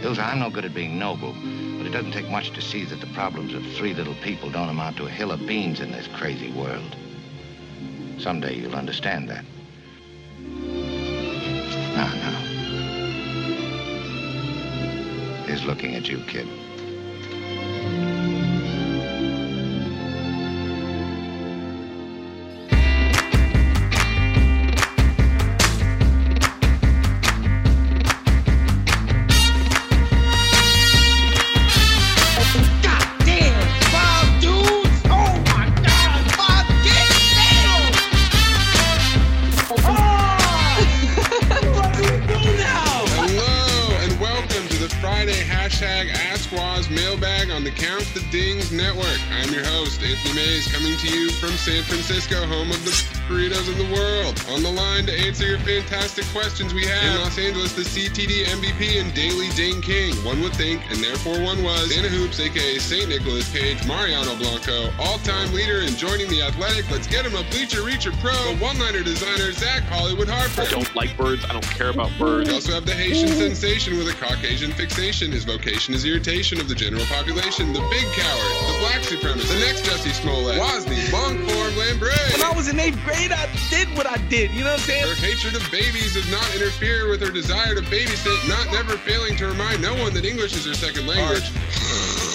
Ilza, I'm no good at being noble, but it doesn't take much to see that the problems of three little people don't amount to a hill of beans in this crazy world. Someday you'll understand that. Now, now. He's looking at you, kid.
Oh, Oh.
Hello and welcome to the Friday hashtag AskWaz mailbag on the Count the Dings Network. I'm your host, Anthony Mays, coming to you from San Francisco, home of the burritos of the world. On the line to answer your fantastic questions, we have in Los Angeles the CTD MVP and Daily Ding King. One would think, and therefore one was, Santa Hoops, aka St. Nicholas Page, Mariano Blanco, all time leader in joining the athletic. Let's get him a Bleacher Reacher Pro, one liner designer, Zach Hollywood Harper.
I don't like birds. I don't care about birds.
We also have the Haitian sensation with a Caucasian fixation. His vocation is irritation of the general population. The big coward, the black supremacist, the next Jesse Smollett, Wozni, long form Lambre. When I was in eighth grade, I did what I did. You know what I'm saying? Her hatred of babies does not interfere with her desire to babysit, not never failing to remind no one that English is her second language.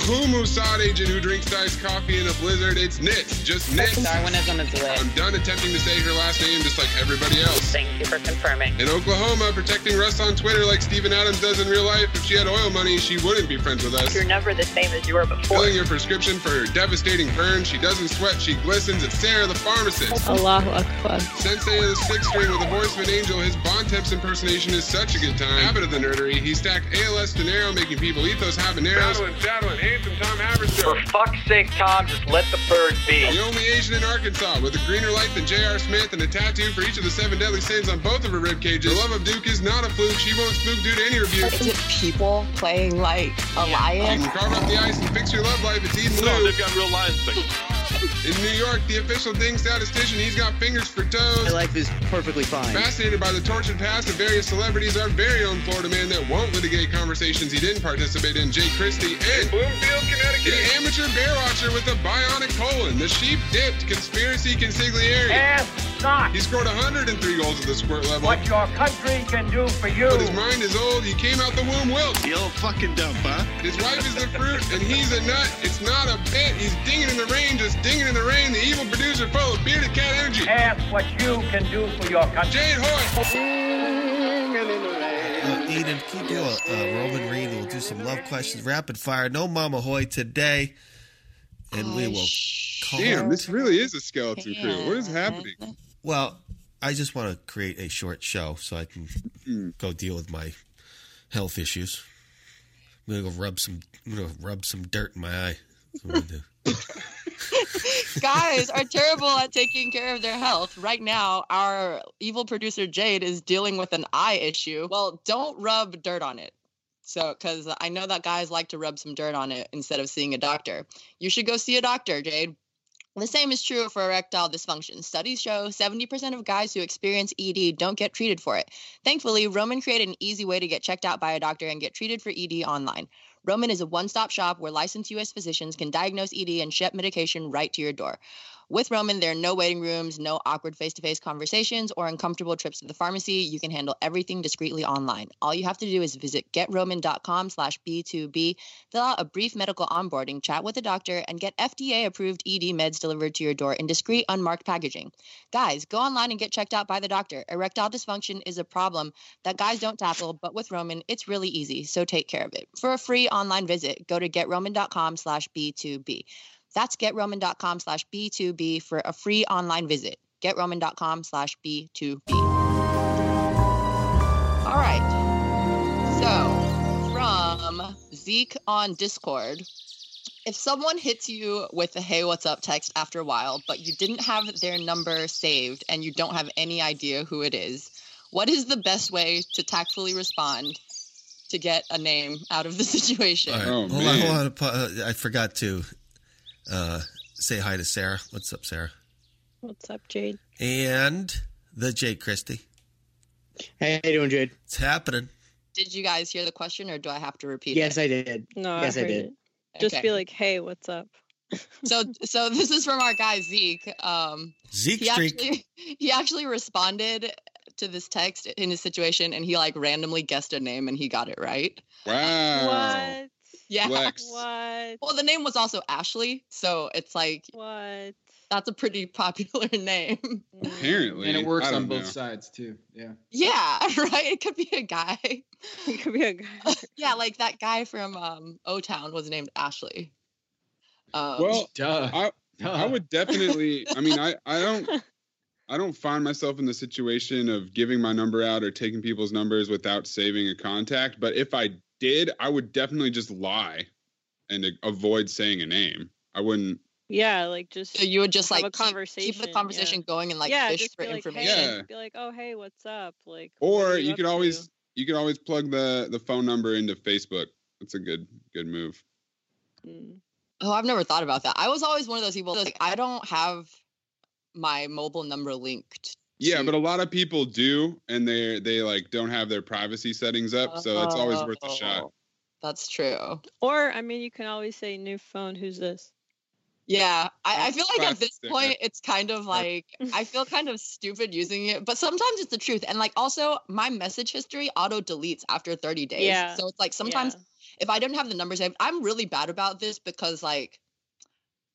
Humusad agent who drinks iced coffee in a blizzard. It's Nitz, just Nitz.
Darwinism is lit.
I'm done attempting to say her last name just like everybody else.
thank you for confirming
In Oklahoma, protecting Russ on Twitter like Steven Adams does in real life. If she had oil money, she wouldn't be friends with us.
never the same as you were before.
Filling her prescription for her devastating burn. She doesn't sweat, she glistens. It's Sarah the pharmacist.
Akbar.
Sensei of the sixth string with a voice of an angel. His Bon Temps impersonation is such a good time. Habit of the nerdery. He stacked ALS Dinero, making people eat those habaneros. Battling, battling, handsome Tom Haverstow. For fuck's sake, Tom, just let the bird be. The only Asian in Arkansas with a greener light than J.R. Smith and a tattoo for each of the seven deadly sins on both of her rib cages. The love of Duke is not a fluke. She won't spook due to any rebuke.
Is it people playing like a lion?
You can carve up the ice and fix your love life. It's Eden
No,
Lou.
they've got real lions.
In New York, the official ding statistician, he's got fingers for toes.
My life is perfectly fine.
Fascinated by the tortured past of various celebrities, our very own Florida man that won't litigate conversations he didn't participate in, Jay Christie, and Bloomfield, Connecticut, the amateur bear watcher with the bionic colon, the sheep dipped conspiracy consigliere. Ask not. He scored 103 goals at the squirt level. What your country can do for you. But his mind is old. He came out the womb wilt. The old fucking dump, huh? His wife is the fruit, and he's a nut. It's not a bit. He's dinging in the rain, just dinging in the rain. The evil producer full of bearded cat energy. Ask what you can do for your country. Jade Hoyt.
Uh, Eden, can you do a, a Roman read? We'll do some love questions, rapid fire. No Mama Hoy today, and we will. Call
Damn, this really is a skeleton crew. What is happening?
Well, I just want to create a short show so I can
Hmm.
go deal with my health issues. I'm gonna go rub some. I'm gonna rub some dirt in my eye. That's what I'm gonna do.
[laughs] Guys are terrible at taking care of their health. Right now, our evil producer Jade is dealing with an eye issue. Well, don't rub dirt on it. So, because I know that guys like to rub some dirt on it instead of seeing a doctor. You should go see a doctor, Jade. The same is true for erectile dysfunction. Studies show 70% of guys who experience ED don't get treated for it. Thankfully, Roman created an easy way to get checked out by a doctor and get treated for ED online. Roman is a one stop shop where licensed U.S. physicians can diagnose ED and ship medication right to your door. With Roman, there are no waiting rooms, no awkward face to face conversations, or uncomfortable trips to the pharmacy. You can handle everything discreetly online. All you have to do is visit getroman.com slash B2B, fill out a brief medical onboarding, chat with a doctor, and get FDA approved ED E meds delivered to your door in discreet, unmarked packaging. Guys, go online and get checked out by the doctor. Erectile dysfunction is a problem that guys don't tackle, but with Roman, it's really easy, so take care of it. For a free online visit, go to getroman.com slash B2B. That's getroman.com slash B2B for a free online visit. Getroman.com slash B2B. All right. So from Zeke on Discord, if someone hits you with a hey, what's up text after a while, but you didn't have their number saved and you don't have any idea who it is, what is the best way to tactfully respond to get a name out of the [laughs] situation?
All right.
Oh,
hold on, hold on. Pa- uh, I forgot to uh, say hi to Sarah. What's up, Sarah?
What's up, Jade?
And the Jake Christie.
Hey, how you doing, Jade?
It's
[laughs]
happening.
Did you guys hear the question or do I have to repeat
Yes,
it?
I did.
No,
yes,
I, heard
did.
It. Just
Okay.
be like, hey, what's up?
[laughs] so so this is from our guy Zeke. Um,
Zeke
he
Streak.
Actually, he actually responded to this text in his situation, and he like randomly guessed a name, and he got it right.
Wow.
What?
Yeah. [laughs]
Flex.
What?
Well, the name was also Ashley, so it's like
What?
that's a pretty popular [laughs] name.
Apparently.
And it works
I don't
on both
know.
sides too. Yeah.
yeah, [laughs] right. It could be a guy.
[laughs] It could be a guy.
[laughs] yeah, like that guy from um, O Town was named Ashley. Um,
Well,
Duh.
I,
Duh.
I would definitely. I mean, I, I don't. I don't find myself in the situation of giving my number out or taking people's numbers without saving a contact. But if I did, I would definitely just lie and a- avoid saying a name. I wouldn't.
Yeah, like just
so you would just
have
like
a
keep-
conversation.
keep the conversation going and
Yeah,
like
yeah
fish
just
for
be like,
information.
Hey,
Yeah.
Be like, oh hey, what's up? Like, what
Or
are
you
up
could
to?
always you could always plug the the phone number into Facebook. That's a good good move.
Mm.
Oh, I've never thought about that. I was always one of those people like I don't have my mobile number linked.
Yeah, but a lot of people do, and they they like don't have their privacy settings up, so it's always worth a shot.
That's true.
Or I mean, you can always say, new phone. Who's this?
Yeah, I, I feel like at
That's
this
fair.
point it's kind of
[laughs]
like [laughs] I feel kind of stupid using it, but sometimes it's the truth. And like also my message history auto deletes after 30 days.
Yeah.
So it's like sometimes if I don't have the numbers saved, I'm really bad about this because like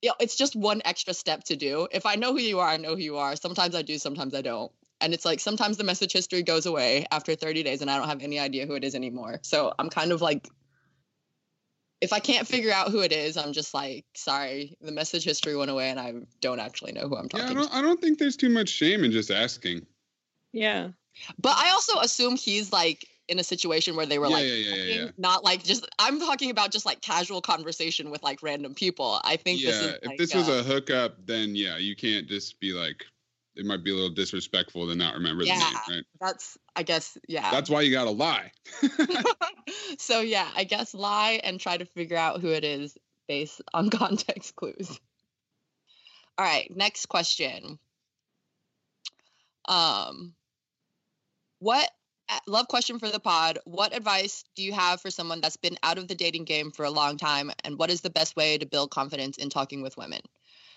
you know, it's just one extra step to do. If I know who you are, I know who you are. Sometimes I do, sometimes I don't. And it's like sometimes the message history goes away after 30 days and I don't have any idea who it is anymore. So I'm kind of like if I can't figure out who it is, I'm just like, sorry, the message history went away and I don't actually know who I'm
Yeah,
talking
I
to.
don't I don't think there's too much shame in just asking.
Yeah.
But I also assume he's like in a situation where they were
yeah,
like
yeah, yeah, yeah, yeah.
not like just I'm talking about just like casual conversation with like random people. I think
yeah,
this is
if
like,
this
uh,
was a hookup, then yeah, you can't just be like, it might be a little disrespectful to not remember
Yeah.
the name, right?
that's I guess yeah.
That's why you gotta lie.
so yeah, I guess lie and try to figure out who it is based [laughs] on context clues. All right, next question. Um what uh, love question for the pod, what advice do you have for someone that's been out of the dating game for a long time and what is the best way to build confidence in talking with women?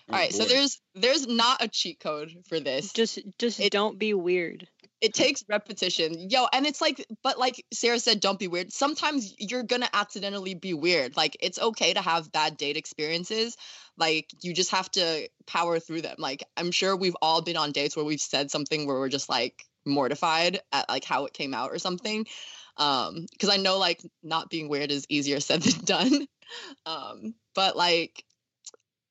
Oh,
All right, so
boy.
there's there's not a cheat code for this.
Just, just don't be weird.
It takes repetition. Yo, and it's like, but like Sarah said, don't be weird. Sometimes you're going to accidentally be weird. Like, it's okay to have bad date experiences. Like, you just have to power through them. Like, I'm sure we've all been on dates where we've said something where we're just like mortified at like how it came out or something. Um, cause I know like not being weird is easier [laughs] said than done. Um, but like,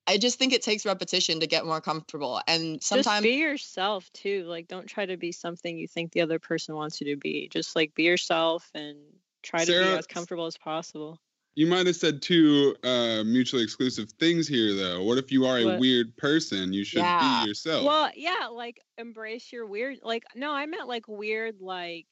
I just think it takes repetition to get more comfortable. And
Just
sometimes,
be yourself too. Like, don't try to be something you think the other person wants you to be. Just like be yourself and try to be
Sarah-
as comfortable as possible.
You might have said two uh, mutually exclusive things here, though. What if you are a
What?
weird person? You should
Yeah.
be yourself.
Well, yeah, like embrace your weird. Like, no, I meant like weird, like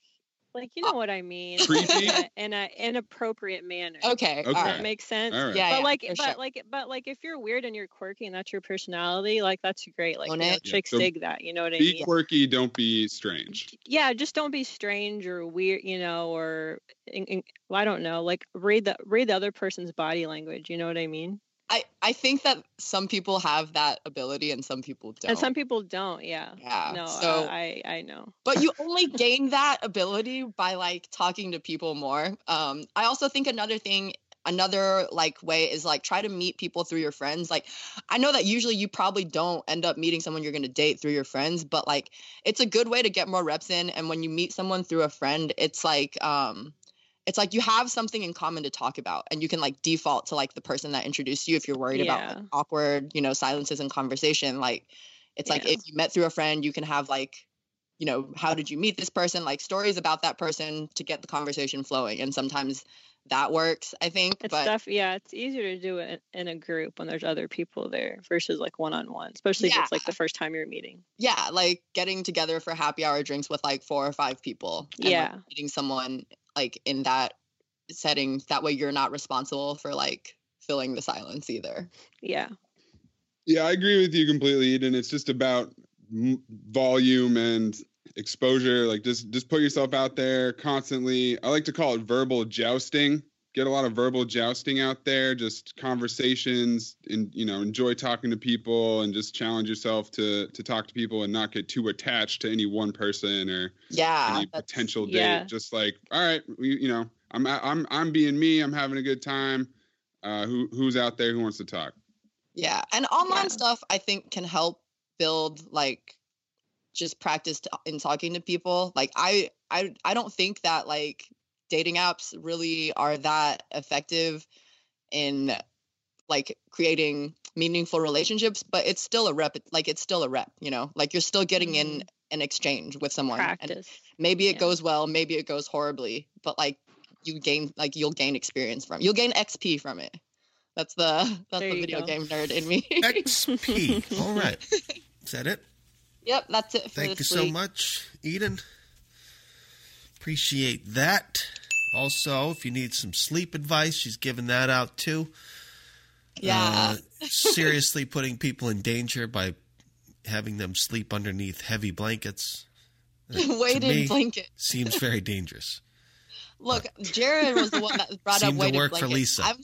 like you know what I mean,
Oh, Creepy?
in an inappropriate manner.
Okay,
Okay. alright.
that makes sense.
Alright.
Yeah,
but
yeah,
like,
for
but
sure.
like, but like, if you're weird and you're quirky and that's your personality, like that's great. Like, you
Own
know,
it. Yeah,
chicks
so
dig that. You know what I
Be
mean?
quirky, don't be strange.
yeah just don't be strange or weird you know or in, in- well, i don't know like read the read the other person's body language you know what i mean
I, I think that some people have that ability and some people don't.
and some people don't yeah
Yeah,
no
so-
uh, i i know
but
[laughs]
you only gain that ability by like talking to people more um i also think another thing another like way is like try to meet people through your friends like i know that usually you probably don't end up meeting someone you're going to date through your friends but like it's a good way to get more reps in and when you meet someone through a friend it's like um it's like you have something in common to talk about and you can like default to like the person that introduced you if you're worried about
Yeah.
like, awkward you know silences in conversation like it's like
Yeah.
if you met through a friend you can have like you know, how did you meet this person? Like stories about that person to get the conversation flowing. And sometimes that works, I think.
it's
but
stuff yeah it's easier to do it in a group when there's other people there versus like one-on-one especially if it's like the first time you're meeting
yeah, like getting together for happy hour drinks with like four or five people. and, like,
Yeah.
meeting someone like in that setting. That way you're not responsible for like filling the silence either.
yeah
Yeah, I agree with you completely, Eden. It's just about m- volume and exposure. Like just just put yourself out there constantly. I like to call it verbal jousting. Get a lot of verbal jousting out there, just conversations and you know, enjoy talking to people and just challenge yourself to to talk to people and not get too attached to any one person or
Yeah.
any potential date.
yeah.
Just like, all right, we, you know, I'm I'm I'm being me, I'm having a good time. Uh who who's out there who wants to talk?
Yeah. And online stuff I think can help build like just practice t- in talking to people. Like I I I don't think that like dating apps really are that effective in like creating meaningful relationships, but it's still a rep like it's still a rep, you know? Like you're still getting in an exchange with someone. and
Mm-hmm. practice
maybe it
yeah.
goes well, maybe it goes horribly, but like you gain like you'll gain experience from. You'll gain XP from it. That's the [laughs] that's
There
the
you
video
go.
game nerd in me.
[laughs]
XP. All right. Is that
[laughs]
it?
Yep, that's it for
Thank you
this
so
week.
much, Eden. Appreciate that. Also, if you need some sleep advice, she's giving that out too. Uh,
Yeah.
seriously putting people in danger by having them sleep underneath heavy blankets. Uh,
[laughs]
to
Weighted
me,
blanket.
Seems very dangerous.
Look, Jared was the
[laughs]
one that brought up
Seemed to
weighted
work for
blankets.
Lisa.
I'm,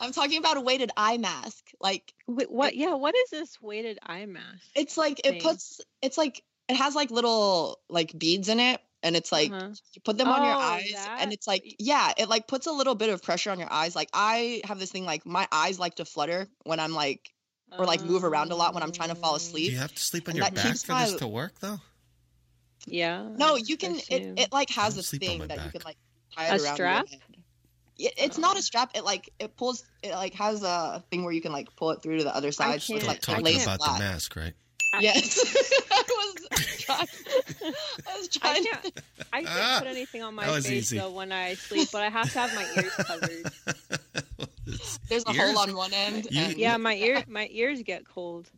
I'm talking about a weighted eye mask. Like
Wait, what yeah what is this weighted eye mask
it's like it
Thing.
puts it's like it has like little like beads in it and it's like
Uh-huh.
you put them on your
Oh,
eyes
that-
and it's like yeah, it like puts a little bit of pressure on your eyes. Like I have this thing like my eyes like to flutter when I'm like or like move around a lot when I'm trying to
Oh.
fall
Do
asleep.
you have to sleep on
And
your
that
back
keeps
for this
my-
to work, though?
yeah
No, you can. It, it like has
don't
this
sleep on
thing
my
that you
back.
can like tie it
A
around
strap?
your head. It, it's not a strap. It like it pulls. It like has a thing where you can like pull it through to the other side. So it's,
Don't
like
talk
lays
about the
flat.
mask, right? [laughs]
Yes. I was trying. [laughs] I was trying. to- [laughs]
I
Ah,
can't put anything on my
that was
face
easy.
though when I sleep, but I have to have my ears covered. [laughs]
There's a
Ears?
hole on one end.
You-
and-
yeah, my ear my ears get cold.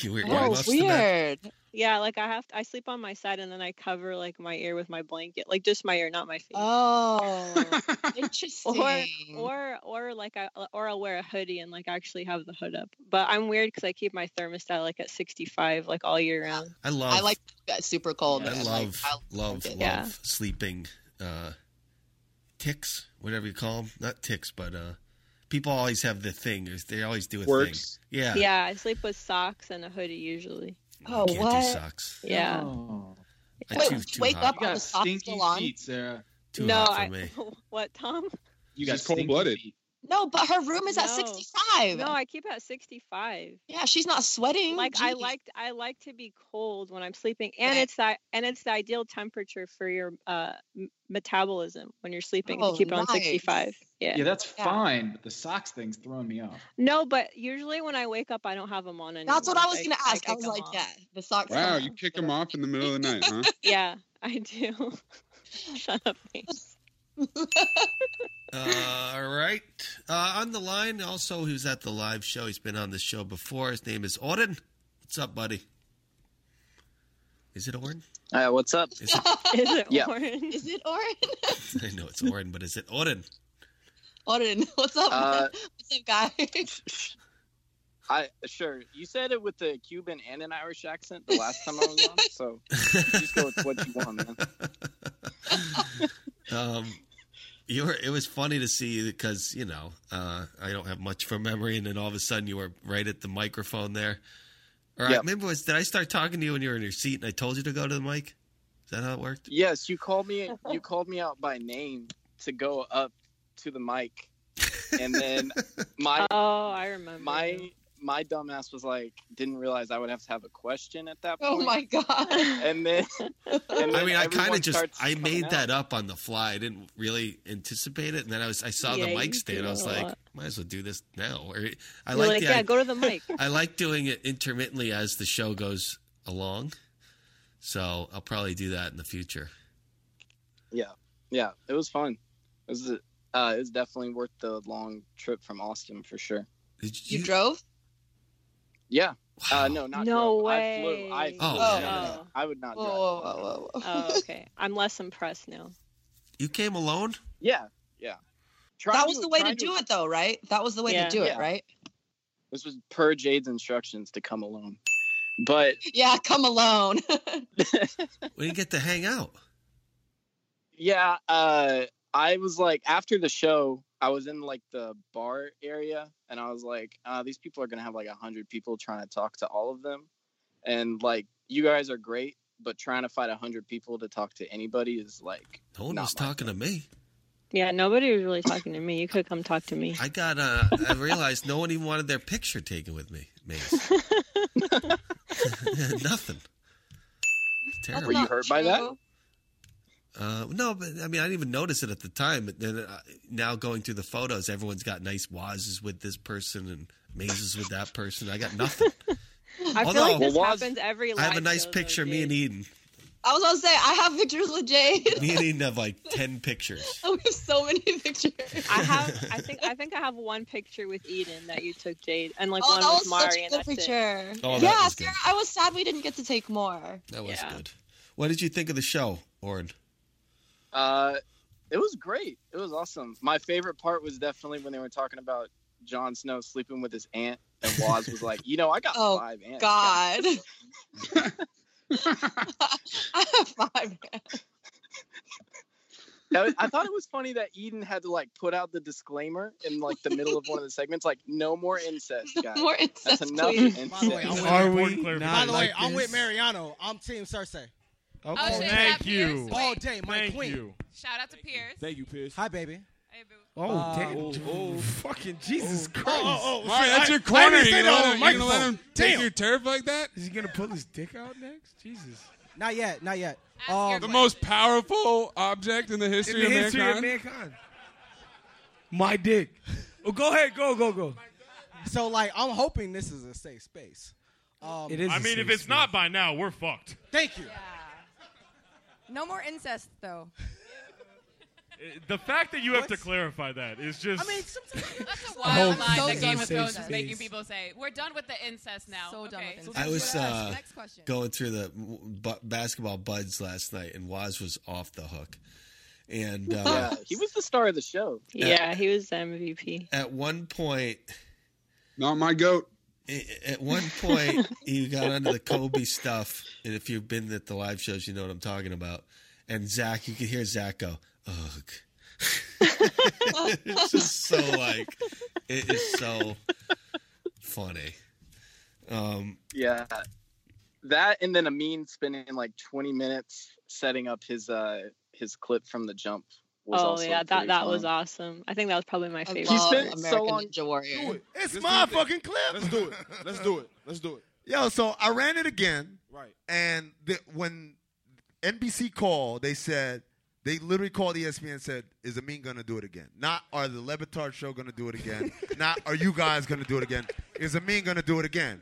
You wear
Oh,
earmuffs to bed?
weird.
Yeah, like I have to, I sleep on my side and then I cover like my ear with my blanket, like just my ear, not my face.
Oh, interesting.
Or or like I uh, or I'll wear a hoodie and like actually have the hood up. But I'm weird because I keep my thermostat like at 65 like all year round.
Ah, I love.
I like to get super cold.
I
and,
love,
Like, I'll-
love, love
Yeah.
sleeping uh, ticks, whatever you call them. Not ticks, but uh, people always have the thing. is They always do a
Quirks.
thing. Yeah.
Yeah, I sleep with socks and a hoodie usually.
oh,
Can't
what?
do socks.
Yeah.
I
Wait,
choose too
wake
hot.
up
You
on
got
the socks
stinky
still on.
feet, Sarah.
Too
no,
hot for
I,
me.
[laughs] what Tom?
You got
She's cold-blooded.
stinky feet.
No, but her room is at
No.
65.
No, I keep at 65.
yeah, she's not sweating.
Like I
Jeez.
like I like to be cold when I'm sleeping, and
Yeah.
it's that and it's the ideal temperature for your uh, m- metabolism when you're sleeping.
Oh,
to keep it on
nice.
65.
[laughs]
Yeah.
Yeah, that's
Yeah.
fine, but the socks thing's throwing me off.
No, but usually when I wake up, I don't have them on anymore.
That's what I was gonna ask. I,
take
was
'em
like,
off.
yeah, the socks. [laughs]
Wow,
come
you
off.
kick them off in the middle of the night, huh?
[laughs] Yeah, I do. [laughs] Shut up, Nate.
Uh, all right. Uh, on the line, also, he was at the live show. He's been on the show before. His name is Auden. What's up, buddy? Is it Oren?
Uh, what's up?
Is it,
[laughs]
Is it
Yeah.
Oren?
Is it [laughs] Oren?
[laughs] I know it's Oren, but is it Oren?
Oren, [laughs] what's up?
Uh,
what's
[laughs]
up, guys?
I sure you said it with the Cuban and an Irish accent the last time I was on, so just go with what you want,
[laughs]
man.
Um, you were. It was funny to see because you know uh, I don't have much for memory, and then all of a sudden you were right at the microphone there. Or I,
Yep.
maybe it was did I start talking to you when you were in your seat and I told you to go to the mic? Is that how it worked?
Yes, you called me. You called me out by name to go up to the mic, and then
[laughs]
my
oh, I remember.
my my dumbass was like, didn't realize I would have to have a question at that point.
oh my god.
And
[laughs]
then, and then
I mean, I kind
everyone
of just
starts
I
coming
made
out.
that up on the fly. I didn't really anticipate it, and then I was I saw
Yeah,
the
you
mic
do
stand. I was
a
like,
lot.
might as well do this now. Or I
You're
like,
like,
the,
yeah,
I,
go to the mic.
[laughs] I like doing it intermittently as the show goes along. So I'll probably do that in the future.
Yeah, yeah, it was fun. It was uh, it was definitely worth the long trip from Austin for sure.
Did
You drove?
Yeah. Uh, no, not
No
drove.
way.
I flew. I flew.
Oh,
No,
yeah.
no, no. I would not drive.
[laughs]
Oh, okay. I'm less impressed now.
You came alone?
Yeah, yeah. Try
that was the way to, do it, though, right? That was the way
Yeah.
to do
Yeah.
it, right?
This was per Jade's instructions to come alone, but
Yeah, come alone.
We didn't get to hang out.
Yeah, uh, I was like after the show, I was in like the bar area, and I was like, uh, these people are gonna have like a hundred people trying to talk to all of them, and like you guys are great, but trying to fight a hundred people to talk to anybody is like
No one
Not
was talking to me.
Yeah, nobody was really talking to me. You could come talk
[laughs]
to me.
I got. Uh, I realized no one even wanted their picture taken with me.
[laughs]
Maze. [laughs] Nothing. It's terrible.
Were you hurt by that?
Uh, no, but I mean, I didn't even notice it at the time. But then uh, now going through the photos, everyone's got nice wazes with this person and mazes with that person. I got nothing.
[laughs]
I feel
Although-
like this
Well, was-
happens every.
I have a
live
nice
show, though,
picture. Me
dude.
and Eden.
I was gonna say I have pictures with Jade. [laughs]
Me and Eden have like
[laughs]
ten pictures.
we have so many pictures.
I have. I think. I think I have one picture with Eden that you took, Jade, and like
oh,
one
that
with
was
Mari.
such a
and
good
that's it.
picture.
Oh, that
yeah,
was good.
Sarah, I was sad we didn't get to take more.
That was
Yeah.
good. What did you think of the show, Oren?
Uh, it was great. It was awesome. My favorite part was definitely when they were talking about Jon Snow sleeping with his aunt, and Waz was like, you know, I got
Oh,
five aunts.
[laughs] God. I have five.
That was- I thought it was funny that Eden had to like put out the disclaimer in like the middle of one of the segments, like no more incest, guys.
more incest,
That's enough
please.
incest.
By the way, I'm with,
Are
important
we
clarification.
not
By the way,
like
I'm with
this?
Mariano. I'm Team Cersei.
Okay.
Oh, shit, Thank that you. Pierce? All day, my Thank queen. you.
Shout out to Pierce.
Thank you, Pierce. Hi, baby. Uh,
Oh, damn. fucking Jesus Christ.
oh, oh,
Mark,
shit,
that's
I-
your
I
corner.
didn't say
You're gonna,
that on the
let him- you gonna let
microphone.
him take
Damn.
your turf like that?
Is he gonna pull his dick out next? Jesus.
Not yet. Not yet.
Um,
the most powerful object in the history,
in the
of,
history
mankind?
of mankind. My dick. Oh, go ahead. Go, go, go.
So, like, I'm hoping this is a safe space. Um,
It is
I
a
mean, if
safe
it's not by now, we're fucked.
Thank you.
No more incest, though.
The fact that you have to clarify that is just.
I mean,
[laughs]
sometimes-
That's a
I
wild
hope
line
so
that Game of
done.
Thrones
Safe
is making
space.
people say, "We're done with the incest now." So done with incest.
I was uh,
Next question.
going through the w- bu- basketball buds last night, and Waz was off the hook. And uh,
Yeah, he was the star of the show.
Yeah, he was the MVP.
at one point,
not my goat.
At one point, you got onto the Kobe stuff, and if you've been at the live shows, you know what I'm talking about. And Zach, you could hear Zach go, "Ugh." [laughs] it's just so like it is so funny. Um,
Yeah. That and then Amin spending like 20 minutes setting up his uh his clip from the jump was
Oh
also
yeah, that
pretty
that
fun.
was awesome. I think that was probably my favorite.
love spent so American long-
Ninja Warrior.
Do it.
It's
Let's
my
do it.
fucking clip. Let's do it.
Let's do it. Let's do it.
Yo, so I ran it again.
Right.
And the, when NBC called, they said they literally called E ESPN and said, "Is Amin gonna do it again? Not are the Levitard show gonna do it again? Not are you guys gonna do it again? Is Amin gonna do it again?"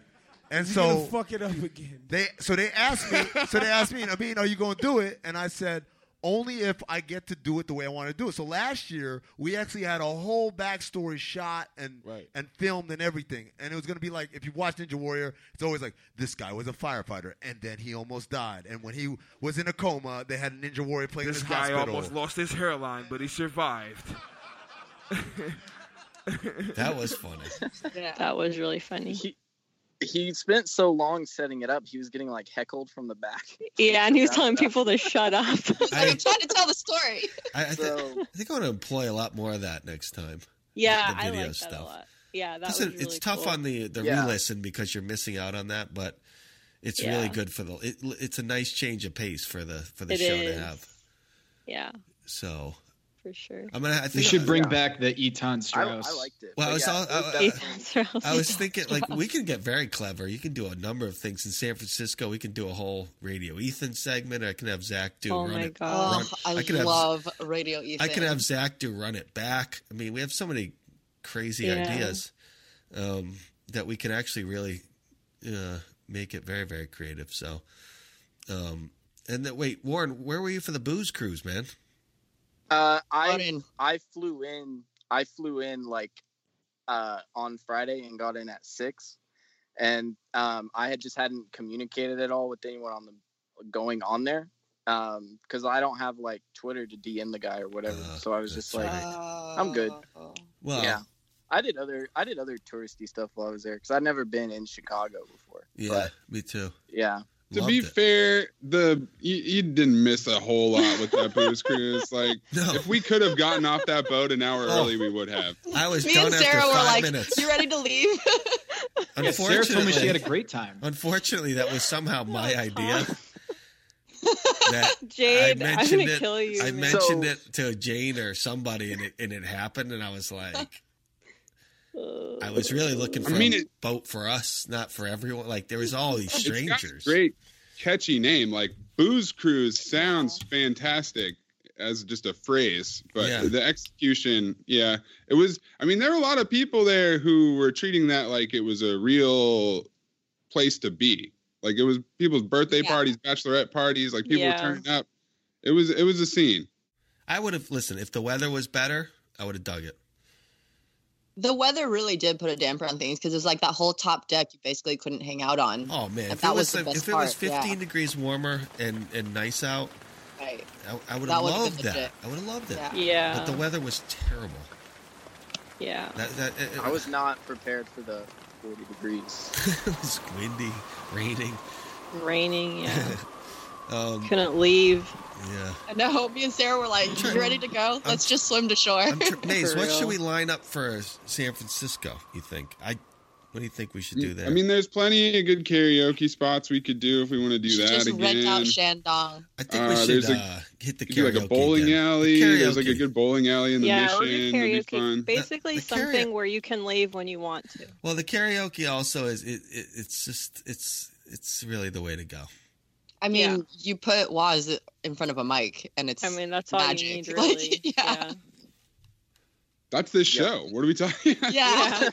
And
You're
so
gonna fuck it up again.
they so they asked me so they asked me, Amin, are you gonna do it? And I said, only if I get to do it the way I want to do it. So last year we actually had a whole backstory shot and and filmed and everything, and it was going to be like if you watch Ninja Warrior, it's always like this guy was a firefighter and then he almost died, and when he was in a coma, they had a Ninja Warrior playing
This
in his
guy
hospital.
almost lost his hairline, but he survived.
That was funny.
[laughs]
That was really funny.
He spent so long setting it up, he was getting like heckled from the back.
Yeah, and he was telling people to shut up.
I-
trying to tell the story. [laughs]
I, I, thi- I think I'm going to employ a lot more of that next time.
Yeah,
the
I
video
like that a
stuff.
lot.
Yeah, that was
Plus, it-
really
it's tough
cool.
on the the
Yeah.
re-listen because you're missing out on that, but it's
Yeah.
really good for the. It, it's a nice change of pace for the for the
It
show
is.
to have.
Yeah,
So
for sure.
I'm gonna. I think
you should bring
Yeah.
back the Eton Strauss.
Well, I was, all, I,
[laughs] Strauss.
I was thinking like we can get very clever. You can do a number of things in San Francisco. We can do a whole radio Ethan segment. I can have Zach do.
oh
run
my
it,
god!
run-
I,
can have-
love Radio Ethan.
I can have Zach do run it back. I mean, we have so many crazy
Yeah.
ideas um, that we can actually really uh, make it very, very creative. So, um, and that wait, Warren, where were you for the booze cruise, man?
[laughs] Uh, I I flew in. I flew in like uh, on Friday and got in at six, and um, I had just hadn't communicated at all with anyone on the going on there because I don't have like Twitter to DM the guy or whatever. so I was just like, I'm good.
Well,
yeah. I did other I did other touristy stuff while I was there because I'd never been in Chicago before.
yeah, me too.
Yeah.
To be fair, the you, you didn't miss a whole lot with that booze
[laughs]
cruise. Like, if we could have gotten off that boat an hour early, we would have.
Oh. I was
Me and Sarah were like, "You ready to leave?"
Yeah,
Sarah told me she had a
Unfortunately-
great time.
Unfortunately, that was somehow my idea. [laughs]
[laughs]
that
Jade,
I
I'm
mentioned
gonna
it.
kill you,
I
man.
mentioned
So-
it to Jane or somebody, and it and it happened, and I
[laughs]
was like, I was really looking
I
for
mean,
a boat for us, not for everyone. Like there was all these
It's got a
strangers.
great, catchy name. Like booze cruise sounds fantastic as just a phrase, but
Yeah.
the execution, yeah, it was. I mean, there were a lot of people there who were treating that like it was a real place to be. Like it was people's birthday parties, bachelorette parties. Like people
Yeah.
were turning up. It was it was a scene.
I would have listened if the weather was better. I would have dug it.
the weather really did put a damper on things because it's like that whole top deck you basically couldn't hang out on.
Oh man,
And
if
that
it
was
was,
the
like-
best
if it
part.
was 15
yeah.
degrees warmer and and nice out,
Right.
I, I would
That would've
have
been
loved that.
legit.
I would have loved it.
Yeah.
Yeah.
But the weather was terrible.
Yeah.
That, that, it,
I was not prepared for the 40
[laughs]
degrees.
it was windy, raining.
Raining. Yeah.
[laughs] Um,
Couldn't leave.
Yeah.
I know. Me and Sarah were like, "You ready to go? Let's just swim to shore."
Maze, what should we line up for San Francisco? You think? I. What do you think we should do there?
I mean, there's plenty of good karaoke spots we could do if we want to do that
just
again.
rent out Shandong.
I think we
Uh,
should
there's a-
uh, hit the
You could do
karaoke.
like a bowling
again.
alley.
The
There's like a
karaoke.
good bowling alley in the
yeah,
mission.
or
It'd be
do
fun.
karaoke. Basically, something where you can leave when you want to.
Well, the karaoke also is. It, it, it's just. It's. It's really the way to
Oh,
go.
I mean, you put Waz in front of a mic, and it's.
I mean, that's all you
magic. [laughs]
need,
Like,
really.
yeah.
That's this show. What are we talking? [laughs]
Yeah.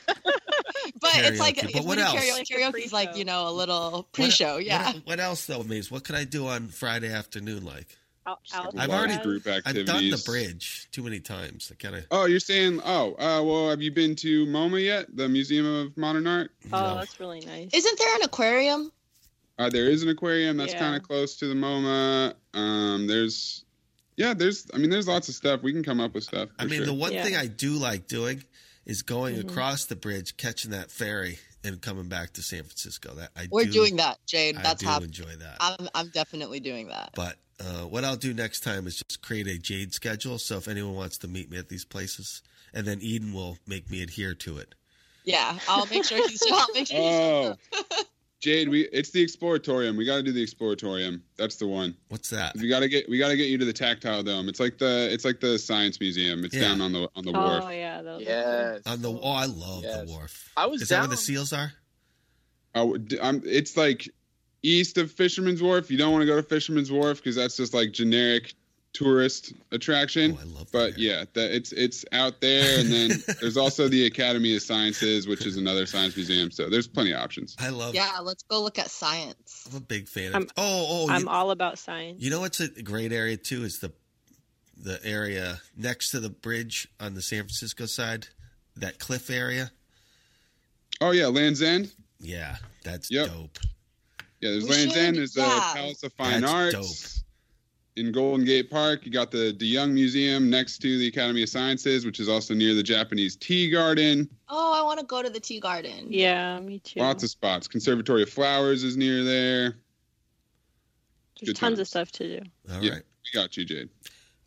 but it's like
Karaoke. But
it's
what
when you
else?
karaoke, karaoke's like you know a little pre-show.
What-
yeah.
What, what else though, Maze? What could I do on Friday afternoon? Like
Out, out
I've already
group
I've done the
activities.
bridge too many times. I kind of.
Oh, you're saying? Oh, uh, well, have you been to MoMA yet? The Museum of Modern Art.
Oh, that's really nice.
Isn't there an aquarium?
Uh, there is an aquarium that's
Yeah.
kind of close to the MoMA. Um, there's, yeah, there's. I mean, there's lots of stuff we can come up with stuff.
I
for
mean, the
sure.
one thing I do like doing is going
Mhm.
across the bridge, catching that ferry, and coming back to San Francisco. That I
We're
do-
doing that, Jade.
I
That's
do
happening.
enjoy that.
I'm I'm definitely doing that.
But uh, what I'll do next time is just create a Jade schedule. So if anyone wants to meet me at these places, and then Eden will make me adhere to it.
Yeah, I'll make sure he's. I'll make sure
[laughs]
he's
Oh, Jade, we it's the Exploratorium. We got to do the Exploratorium. That's the one.
What's that?
We got to get we got to get you to the Tactile Dome. It's like the it's like the Science Museum. It's
Yeah.
down on the on
[laughs]
the wharf.
Oh yeah, that was
Yes.
On the oh, I love the wharf.
I was
Is that where the
down-
seals are?
Oh, d- um, it's like east of Fisherman's Wharf. You don't want to go to Fisherman's Wharf because that's just like generic tourist attraction.
Oh,
but yeah, that it's it's out there, and
[laughs]
then there's also the Academy of Sciences, which is another science museum. So there's plenty of options.
I love.
Yeah, let's go look at science.
I'm a big fan.
I'm,
of, oh, oh,
I'm
you-
all about science.
You know what's a great area too is the the area next to the bridge on the San Francisco side, that cliff area.
Oh yeah, Lands End.
Yeah, that's dope.
Yeah, there's
We
Lands
should-
End. There's the
yeah.
Palace of Fine
That's
Arts. In Golden Gate Park, you got the DeYoung Museum next to the Academy of Sciences, which is also near the Japanese Tea Garden.
Oh, I want to go to the tea garden.
Yeah, me too.
Lots of spots. Conservatory of Flowers is near there.
There's tons of stuff to do.
All
yeah, we got you, Jade.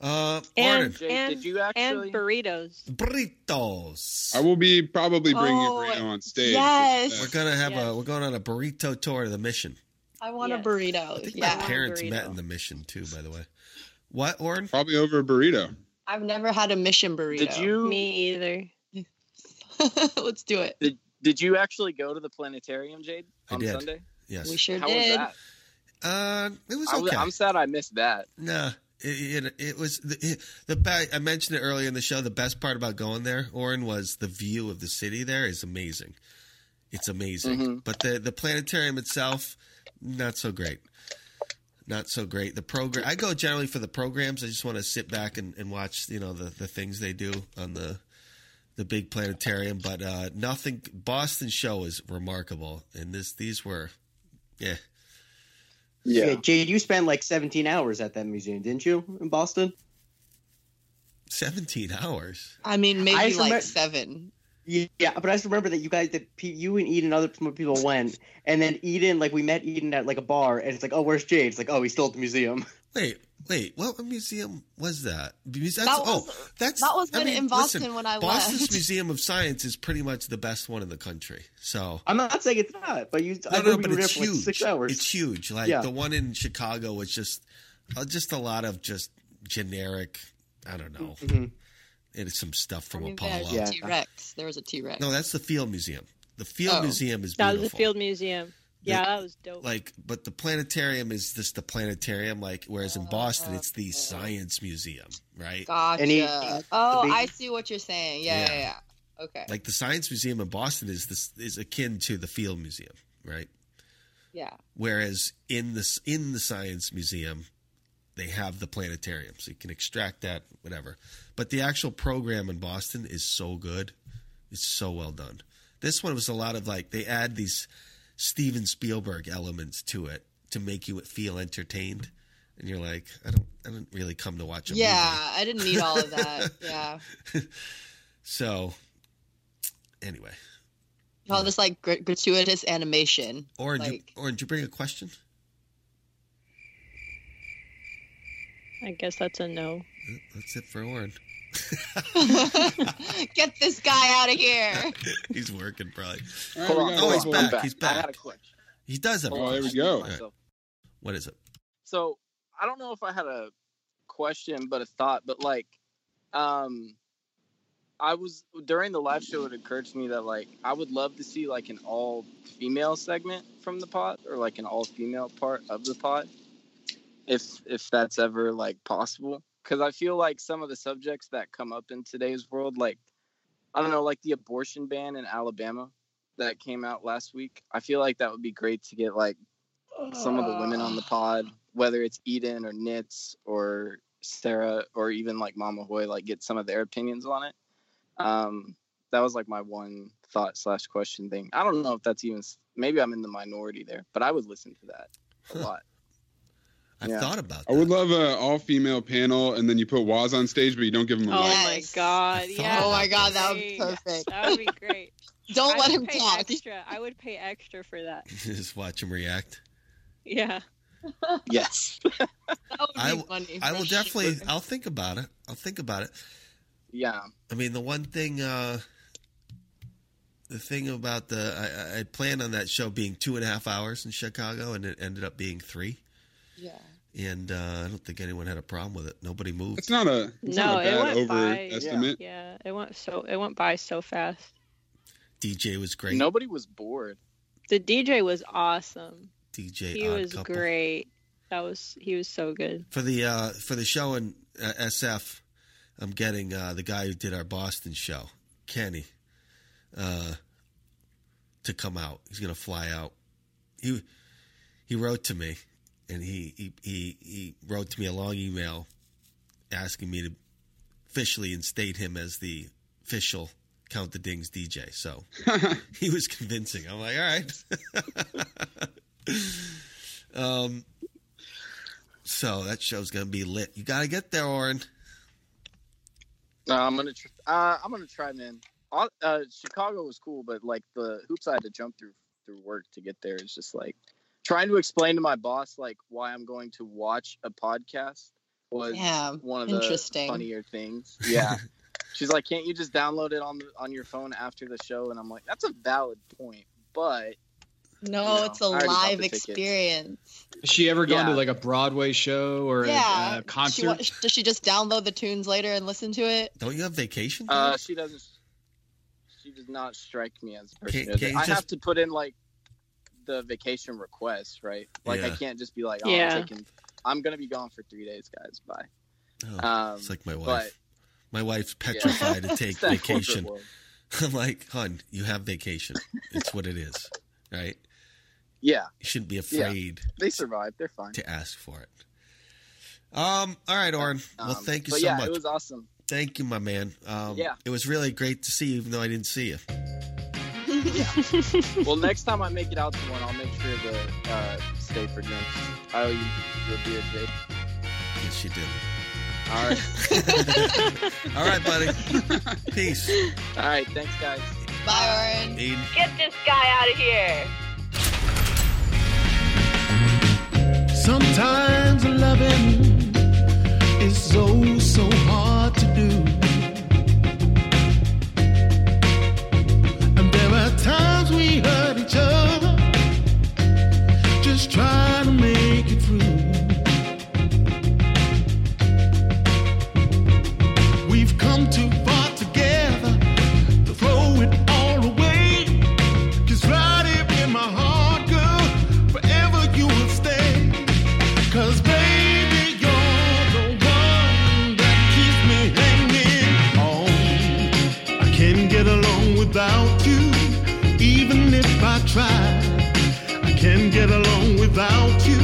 Uh,
And,
Jake,
and,
did you
and burritos.
burritos.
I will be probably bringing
Oh,
a burrito on stage.
yes.
We're gonna have a we're going on a burrito tour to the mission.
I want a burrito. yeah.
My parents met in the mission too, by the way. What, Orin?
Probably over a burrito.
I've never had a mission burrito.
Did you-
Me either.
[laughs] Let's do it.
Did, did you actually go to the planetarium, Jade,
I
on
did.
Sunday?
Yes.
We sure
How
did.
was
that? Uh, it was
I was-
okay.
I'm sad I missed that.
No, it, it, it was the, it, the be- I mentioned it earlier in the show. The best part about going there, Oren, was the view of the city. There is amazing. It's amazing, but the the planetarium itself, not so great. Not so great. The program I go generally for the programs. I just want to sit back and, and watch, you know, the, the things they do on the the big planetarium. But uh, nothing. Boston show is remarkable, and this these were, yeah.
Yeah. Jade, you spent like 17 hours at that museum, didn't you, in Boston?
17 hours?
I mean, maybe
I just
like
remem-
seven.
Yeah, but I just remember that you guys, that P- you and Eden, and other people went, and then Eden, like we met Eden at like a bar, and it's like, oh, where's Jade? It's like, oh, he's still at the museum. [laughs]
Wait, wait. What museum was that? Because that's,
That was-
oh, that's
that was
I
when-
mean,
in Boston
listen,
when I
Boston's
left. [laughs]
Museum of Science is pretty much the best one in the country. So
I'm not saying it's not, but you, I
no, no,
remember
but
you were there for,
it's
like,
huge.
six hours.
It's huge. Like
Yeah.
the one in Chicago was just, uh, just a lot of just generic. I don't know.
Mm-hmm.
It is some stuff from Apollo.
There's a T Rex. There was a T Rex.
No, that's the Field Museum. The Field
Oh.
Museum is
That
beautiful.
was the Field Museum. Yeah,
The-
that was dope.
like but the planetarium is just the planetarium like whereas in boston it's the science museum right
Gotcha. oh, I see what you're saying. Yeah,
Yeah.
yeah, yeah. Okay.
like the science museum in boston is this is akin to the field museum right
yeah.
whereas in this in the science museum they have the planetarium so you can extract that whatever but the actual program in boston is so good it's so well done this one was a lot of like they add these steven spielberg elements to it to make you feel entertained and you're like i don't i didn't really come to watch a
Yeah,
movie
I didn't need all of that. yeah.
[laughs] so anyway
All this like gr- gratuitous animation.
or did you,
like,
or did you bring a question
I guess that's a no.
that's it for Orin.
[laughs] get this guy out of here.
[laughs] he's working probably.
All right, we got
oh, he's
one.
back.
I'm back.
He's back.
I had
a question.
He does have. a
Hold on,
question.
I muted
All right.
myself.
What is it? [laughs]
So I don't know if I had a question, but a thought, but like, um, I was during the live show. It occurred to me that like I would love to see like an all female segment from the pot, or like an all female part of the pot, if if that's ever like
[laughs]
possible. Because I feel like some of the subjects that come up in today's world, like I don't know, like the abortion ban in Alabama that came out last week. I feel like that would be great to get like some of the women on the pod, whether it's Eden or Nitz or Sarah or even like Mama Hoy, like get some of their opinions on it. Um, that was like my one thought slash question thing. I don't know if that's even maybe I'm in the minority there, but I would listen to that a lot.
I've thought about.
I would love a all female panel, and then you put Waz on stage, but you don't give him a
[laughs] Oh
mic.
my god! Yeah.
Oh my god, that would be perfect.
That would be great.
[laughs] Don't
I
let
would
him
pay
talk.
Extra. I would pay extra for that.
Just watch him react.
Yeah.
Yes.
That would be
I,
funny.
I will
for sure.
definitely. I'll think about it. I'll think about it.
Yeah.
I mean, the one thing, uh, the thing about the, I, I- I planned on that show being two and a half hours in Chicago, and it ended up being three.
Yeah.
And uh, I don't think anyone had a problem with it. Nobody moved.
It's not a. It's
no,
not a
it
bad
went
overestimate.
by. Yeah, it went so it went by so fast.
DJ was great.
Nobody was bored.
The DJ was awesome.
DJ,
he
Odd
was
Couple.
great. That was he was so good.
for the uh, for the show in uh, SF. I'm getting uh, the guy who did our Boston show, Kenny, uh, to come out. He's gonna fly out. He he wrote to me, and he he he, he wrote to me a long email asking me to officially instate him as the official Count the Dings DJ. So he was convincing. I'm like, all right. [laughs] um, so that show's gonna be lit. You gotta get there, Oren.
No, I'm gonna tr- uh, I'm gonna try, man. All, uh, Chicago was cool, but like the hoops I had to jump through through work to get there is just like trying to explain to my boss like why I'm going to watch a podcast was
Yeah,
one of the
interesting.
funnier things. Yeah, [laughs] she's like, "Can't you just download it on the, on your phone after the show?" And I'm like, "That's a valid point, but
No,
No,
it's a
I already bought
live
the tickets.
experience.
Has she ever gone
Yeah.
to like a Broadway show or
yeah.
a, a
uh,
She wa-
concert?
does she just download the tunes later and listen to it?
Don't you have vacation?
uh, she doesn't. She does not strike me as a person.
Can't- can't you
I have
just-
to put in like the vacation request, right? Like I
Yeah.
can't just be like, oh,
Yeah.
I'm taking, I'm gonna be gone for three days, guys. Bye.
Oh, it's like my wife.
Um, but-
my wife's
[laughs]
petrified
Yeah.
to take
It's that corporate
vacation. [laughs]
world.
I'm like, hun, you have vacation. It's what it is, right?
Yeah.
You shouldn't be
Yeah.
afraid
They survived. They're fine.
to ask for it. Um. All right, Oren. well,
Um,
thank you
but
so
yeah,
much.
It was awesome.
Thank you, my man. Um,
Yeah.
It was really great to see you, even though I didn't see you.
well, next time I make it out to one, I'll make sure to uh, stay for drinks. I owe you a beer, Jake.
Yes, you did.
All right.
[laughs] All right, buddy.
[laughs]
Peace.
All right. Thanks, guys.
Bye, Oren.
Eden.
Get this guy out of here.
Sometimes loving is so, so hard to do. And there are times we hurt each other just trying to make it through. We've come too far together to throw it all away. Cause right here in my heart, girl, forever you will stay. Cause baby, you're the one that keeps me hanging on. I can't get along without you, even if I try. I can't get along without you,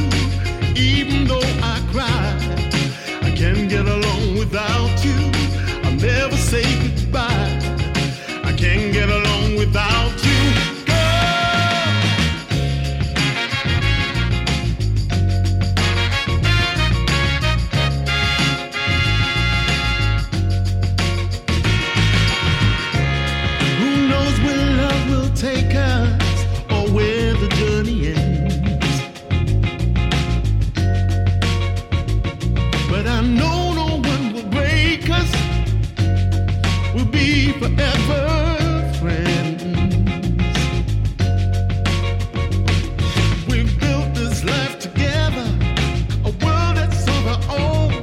even though I cry. I can't get along without you. I'll never say goodbye. I can't get along without you, girl. Who knows where love will take us or where the journey ends? But I know no one will break us. We'll be forever friends. We've built this life together, a world that's of our own.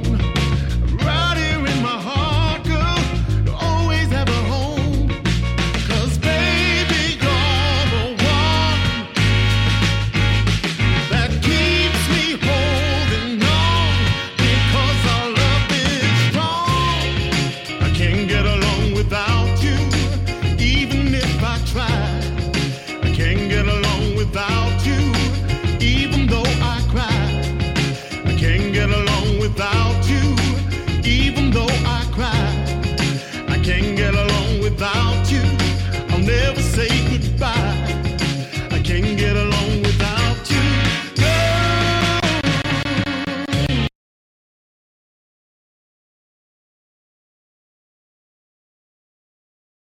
Right here in my heart, girl, you always have a home. Cause baby, you're the one that keeps me holding on. Because our love is strong. I can't get along without you, even if I try. I can't get along without you, even though I cry. I can't get along without you, even though I cry. I can't get along without you. I'll never say goodbye. I can't get along without you. Girl.